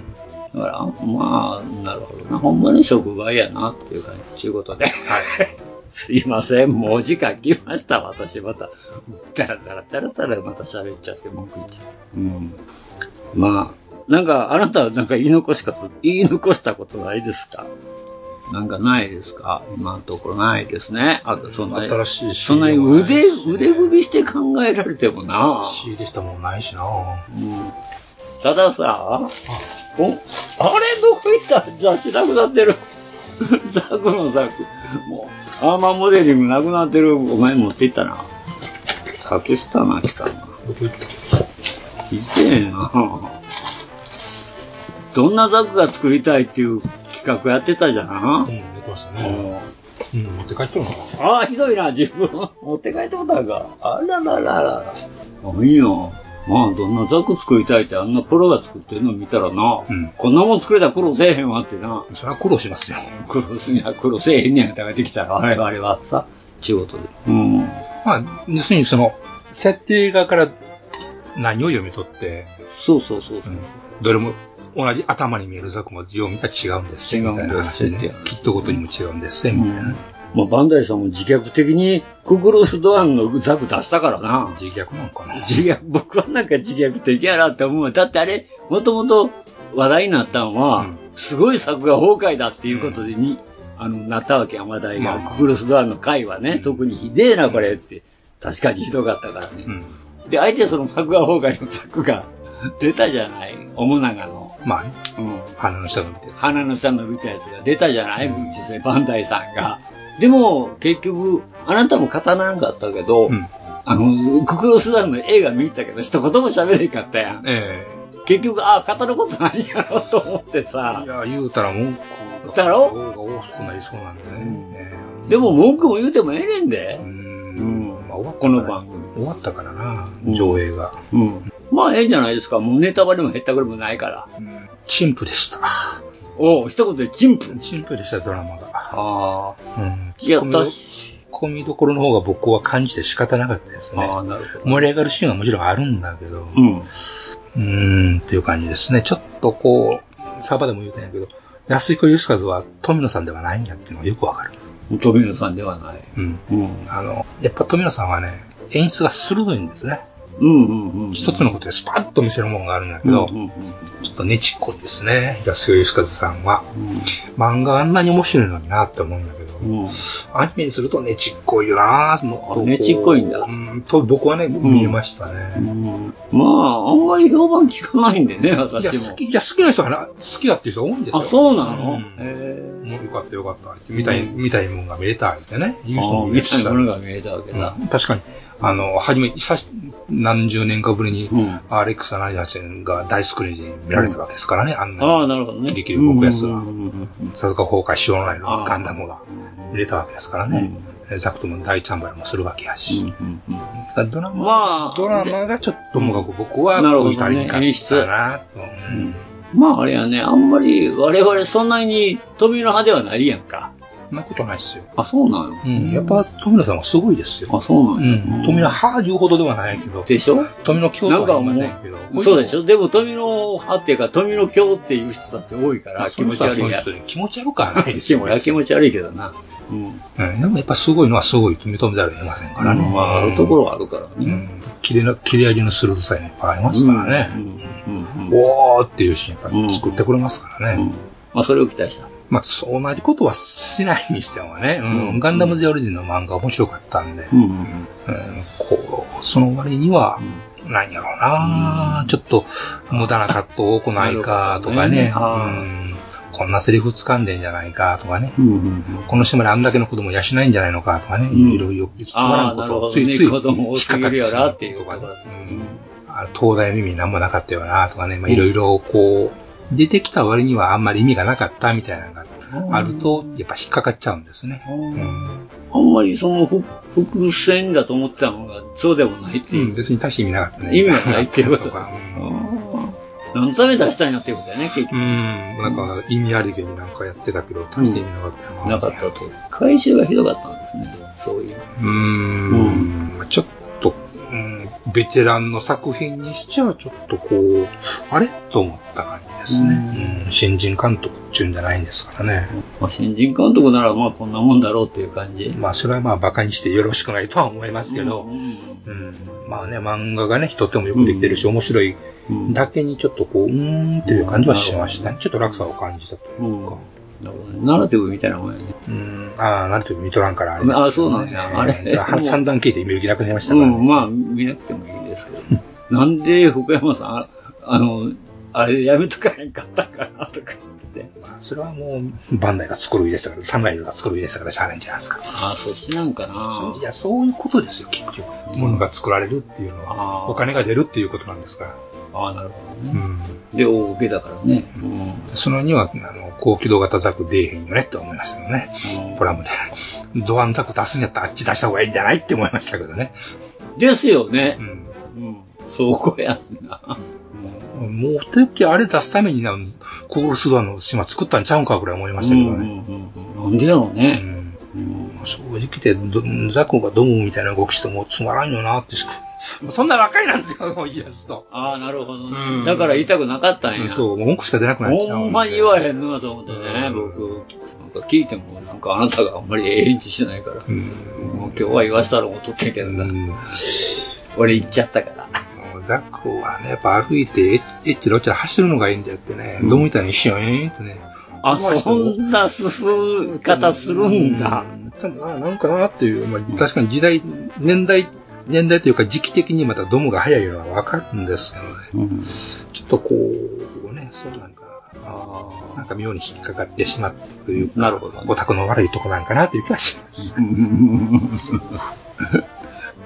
だから、まあ、なるほどな。ほんまに職場やなっていう感じ。ちゅうことで。 すいません。もうお時間来ました。私また。だらだらだらだらまた喋っちゃって、文句言っちゃって。うん。まあ、なんか、あなたはなんか言い残しかと、言い残したことないですかなんかないですか今のところないですね。あと、そんなに、
新しい
そんなに腕、腕組みして考えられてもな。
仕入れしたもんないしなうん。
たださ、おあれどこ行った雑誌なくなってる。 ザクのザク。もう、アーマーモデリングなくなってる。お前持って行ったな。竹下なきさんが。ひでえな。どんなザクが作りたいっていう企画やってたじゃん。うん、やってましたね。
うん、持って帰ってもら
ああ、ひどいな、自分。持って帰ってもたんか。あらららら。あ、いいよ。まあ、どんなザク作りたいって、あんなプロが作ってるの見たらな、こんなもん作れたら苦労せえへんわってな。そりゃ苦労しますよ。苦労すんや、苦労せえへんねやん、食べてきたら、我々はさ、仕事で。うん。
まあ、要するにその、設定側から何を読み取って、
そうそうそう。
どれも同じ頭に見えるザクも読みたら違うんです。違うんです。きっとごとにも違うんです。みたいな。
まあ、バンダイさんも自虐的にククルスドアンのザク出したからな。自虐なんかな自虐、僕はなんか自虐的やなって思う。だってあれ、もともと話題になったのは、すごい作画崩壊だっていうことでに、あの、なったわけ、山大が。ククルスドアンの回はね、特にひでえな、これって。確かにひどかったからね。で、相手その作画崩壊の作が 出たじゃない面長の。まあね。うん。
鼻の下の見て。
鼻の下伸びたやつが出たじゃない実際バンダイさんが。でも、結局、あなたも語らなかったけど、あの、ククロスダンの映画見たけど、一言も喋れんかったやん。
え
結局、ああ、語ることないんやろと思ってさ。いや、言うたら文句だろが多くなりそうなんでね。でも、文句も言うてもええねんで。うん。この番組。終わったからな、上映が。うん。まあ、ええんじゃないですか。もうネタバレも減ったくれもないから。陳腐でした。おう、一言で陳腐。
陳腐でした、ドラマが。
あ
あ。うん。
いや、
突っ込みど
私、
込みどころの方が僕は感じて仕方なかったですね。
ああ、なるほど。。
盛り上がるシーンはもちろんあるんだけど、うんーん、という感じですね。ちょっとこう、サバでも言うたんやけど、安彦義和は富野さんではないんやっていうのがよくわかる。
富野さんではない。
うん。あの、やっぱ富野さんはね、演出が鋭いんですね。
うんうんうん、
一つのことでスパッと見せるものがあるんだけど、ちょっとねちっこいですね、安代義和さんは、漫画あんなに面白いのになって思うんだけど、アニメにするとねちっこいよなもっとこう
ねちっこいんだ
うん、と僕はね、見えましたね。
まあ、あんまり評判聞かないんでね、
いや、
私も
好。き、いや、好きな人はな、好きだっていう人多いんですよ。
あそうなの
うん
へ
もうよかったよかったって、見たい、見たいもんが見れたってね、言う人
ああ
もい
見
るした
いものが見えたわけだ。
確かに、あの、初め、久し、何十年かぶりに、アレックス78年が大スクリーンで見られたわけですからね、あんな
ああ、なるほどね。
キリキリ動くやつが
うんうんうん
さすが崩壊しようのないのガンダムが見れたわけですからね。ザクとも大チャンバラもするわけやし。だからドラマ、ドラマがちょっともがく僕は、
なるほ
浮いた
ど
りに
ね
か。
演出。まああれやね、あんまり我々そんなに富の派ではないやんか。
そんなことないっすよ。
あ、そうなの
うん、やっぱ富野さんはすごいですよ。
あ、そう
なの、うん、富野派言うほどではないけど。
でしょ
富野京都
なん
は
か
あり
も
ま
う
せんけど。
そうでしょでも富の派っていうか、富の教っていう人たち多いから、
そ
気
ういう
持ち
人は
悪いや
そういう人で気持ち悪くはないですよ
気持ち気持ち悪いけどな。うん。
うん、でもやっぱすごいのはすごいと認めざるを得ませんからね。
まあ、あるところはあるからね。
切れな切れ味の鋭さにいっぱいありますからね。おーっていうシーンやっぱ作ってくれますからね。
まあ、それを期待した。
まあ、そう同じことはしないにしてもね、うん
うん
ガンダムゼオリジンの漫画面白かったんで、うんこうその割には、なんやろうな、ちょっと無駄なカット多くないかとかね、うんこんなセリフ掴んでんじゃないかとかね、この島であんだけの子供養えんじゃないのかとかね、いろいろ、いつつまら
ああ、
んこ
なる
と
ほ
をつ
ど
い
ね。
つい
子供多すぎるよなっていうこと
あの東大の意味なんもなかったよなとかね、まあ、いろいろこう、出てきた割にはあんまり意味がなかったみたいなのがあると、やっぱ引っかかっちゃうんですね。
あんまりそのふ伏線だと思ってたものがそうでもないって
う
い
ん、
う、
別に大して意味なかったね。
意味がないっていうこと
か。
何のために出したいなっていうことだよね、結局。
うん、なんか意味ありげになんかやってたけど、大して意味なかったよな、
なかったと。回収がひどかったんですね、そういう。
うーん、ちょっと、うん、ベテランの作品にしちゃ、ちょっとこう、あれと思った感じですね。うん、新人監督っちゅうんじゃないんですからね。
まあ、新人監督ならまあこんなもんだろうっていう感じ。
まあ、それはまあ、馬鹿にしてよろしくないとは思いますけど、うんまあね、漫画がね、とってもよくできてるし、面白いだけにちょっとこう、うーんっていう感じはしましたね。ちょっと落差を感じたというか。
ナラティブみたいなもんやね。
うん、ああ、なんていう見とらんからあれ
ああそうなんやあれ
三段聞いて見る気なくなりました
う
からね。
ん、まあ、見なくてもいいですけど。 なんで福山さん、ああの、あれやめとかへんかったかなとか言って。
まあ、それはもう、バンダイが作る上でしたから、サンライズが作る上でしたからしゃあないんじゃないですか。
ああ、そっちなんかな。
いや、そういうことですよ、結局。ものが作られるっていうのは、お金が出るっていうことなんですから。
ああ、なるほど
う
ね。
ん。
で、大受けだからね。うん。
そのには、あの、高機動型ザク出えへんよねって思いましたけどね。プラムで。ドアンザク出すんやったらあっち出した方がいいんじゃないって思いましたけどね。
ですよね。うん。そこやんな。
もう、てっきりあれ出すために、あのコールスドアの島作ったんちゃうんかぐらい思いましたけどね。
なんでやろうね。
正直言ってど、ザクがドムみたいな動きしてもつまらんよなってしか。そんなばっかりなんですよ、イエスと。
ああ、なるほど
う
ね。
ん
だから痛くなかったんや。
そう、文句しか出なくなっちゃう。
ほんまに言わへんなと思ってね、僕。なんか聞いても、なんかあなたがあんまりええ返事してないから、もう今日は言わしたらもう取ってんけどな。俺行っちゃったから。
ザックはね、やっぱ歩いて、エッエッチロッチャ走るのがいいんだってね、ドムみたいにシューンとね。
あ、そんな進み方するんだ。
でもな、なんかなっていう、まあ、確かに時代、年代、年代というか時期的にまたドムが早いのはわかるんですけどね。ちょっとこう、ね、そうなんか、なんか妙に引っかかってしまったというか、なるほど、 オタクの悪いとこなんかなという気がします。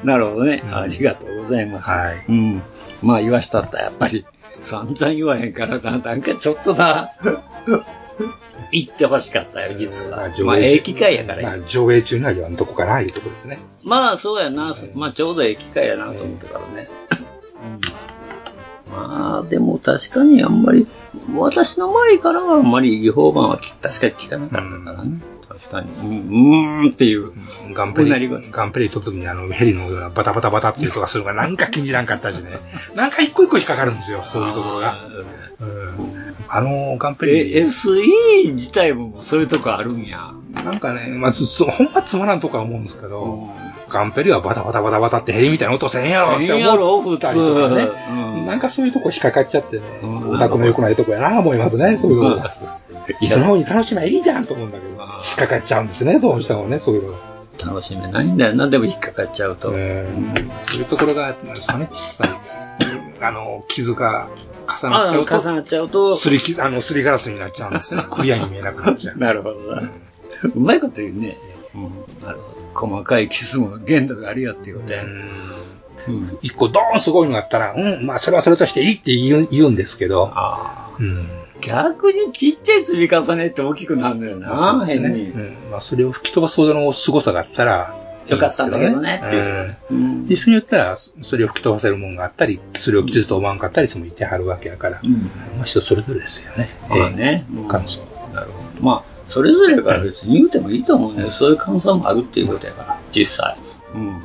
なるほどね。ありがとうございます。
はい。
うん。まあ言わしたった、やっぱり。散々言わへんからな、なんかちょっと な、言ってほしかったよ、実は。まあ、ええ機会やから
まあ、上映中には言わんとこかな、いうとこですね。
まあそうやな、まあちょうどええ機会やなと思ったからね。まあでも確かにあんまり、私の前からはあんまり違法版はき確かに聞かなかったからね。確かに。うん、うーんっていう。
ガンプ
うなり
リ、ガンプリ撮った時にあのヘリのようなバタバタバタっていう音がするのがなんか気に入らんかったしね。なんか一個一個引っかかるんですよ、そういうところが。うんあのガンプリ。
え SE 自体もそういうとこあるんや。
なんかね、まあ、つつほんまつまらんとか思うんですけど、ガンペリはバタバタバタバタってヘリみたいな音せんやろって
せんやろ
思ったりとかね
普通、
なんかそういうとこ引っかかっちゃってね、オタクの良くないとこやな思いますね、そういうとこが。
いや
その方に楽しめばいいじゃんと思うんだけど、引っかかっちゃうんですね、どうしてもね、そういうのが。
楽しめないんだよな、でも引っかかっちゃうと。
そういうところが、その小さい、あの、傷が重なっちゃう
あ
と、
重なっちゃうと、
すり傷、あの、すりガラスになっちゃうんですね。クリアに見えなくなっちゃう。
なるほどな。うまいこと言うね。うん、なるほど。細かいキスも限度があるよっていうことやね。
一個ドーンすごいのがあったら、うん、まあそれはそれとしていいって言う言うんですけど、うん
逆にちっちゃい積み重ねって大きくなるんだよ
ま
な、
あそうです
変
ね
に。
うんまあそれを吹き飛ばすほどの凄さがあったら、
よかったんだけどねっていう
うんで、人によったら、それを吹き飛ばせるもんがあったり、それを技術と思わんかったりともいてはるわけやから、まあ人それぞれですよね。
まあね。
感想。
なるほど。まあ、それぞれが別に言うてもいいと思うね。そういう感想もあるっていうことやから、実際。うん。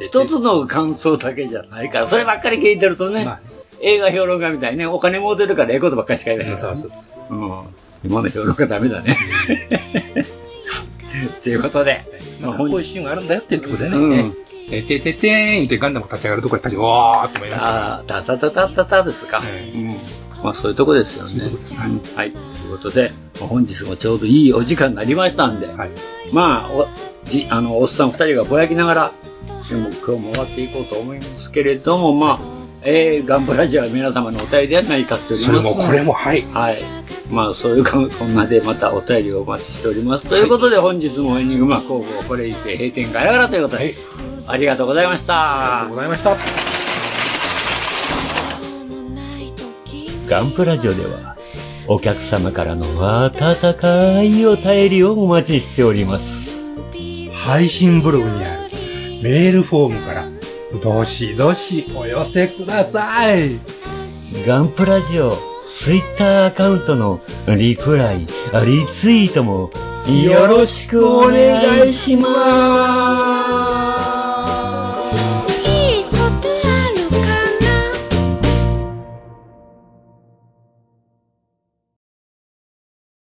一つの感想だけじゃないから、そればっかり聞いてるとね、映画評論家みたいにね、お金儲けるからええことばっかりしか言えないから、ね。うん。今の評論家ダメだね。 ということで、
まあ、こういうシーンがあるんだよっていうところでね、
うん
えてててーんってガンダムが立ち上がるとこやったり、わーって思いました。
ああ、たたたたたたですか。うん。まあそういうとこですよね。うんはい。ということで、まあ本日もちょうどいいお時間になりましたんで、まあ、お、じ、あの、おっさん二人がぼやきながら、でも今日も終わっていこうと思いますけれども、まあ、えー、ガンプラジオは皆様のお便りでは何かっております
それもこれも、はい。
はい。まあ、そういうか、こんなでまたお便りをお待ちしております。ということで、本日もエニグマ工房、これにて閉店ガラガラということで、ありがとうございました。ありがとう
ございました。
ガンプラジオではお客様からの温かいお便りをお待ちしております。
配信ブログにあるメールフォームからどしどしお寄せください
ガンプラジオツイッターアカウントのリプライ、リツイートもよろしくお願いします。
します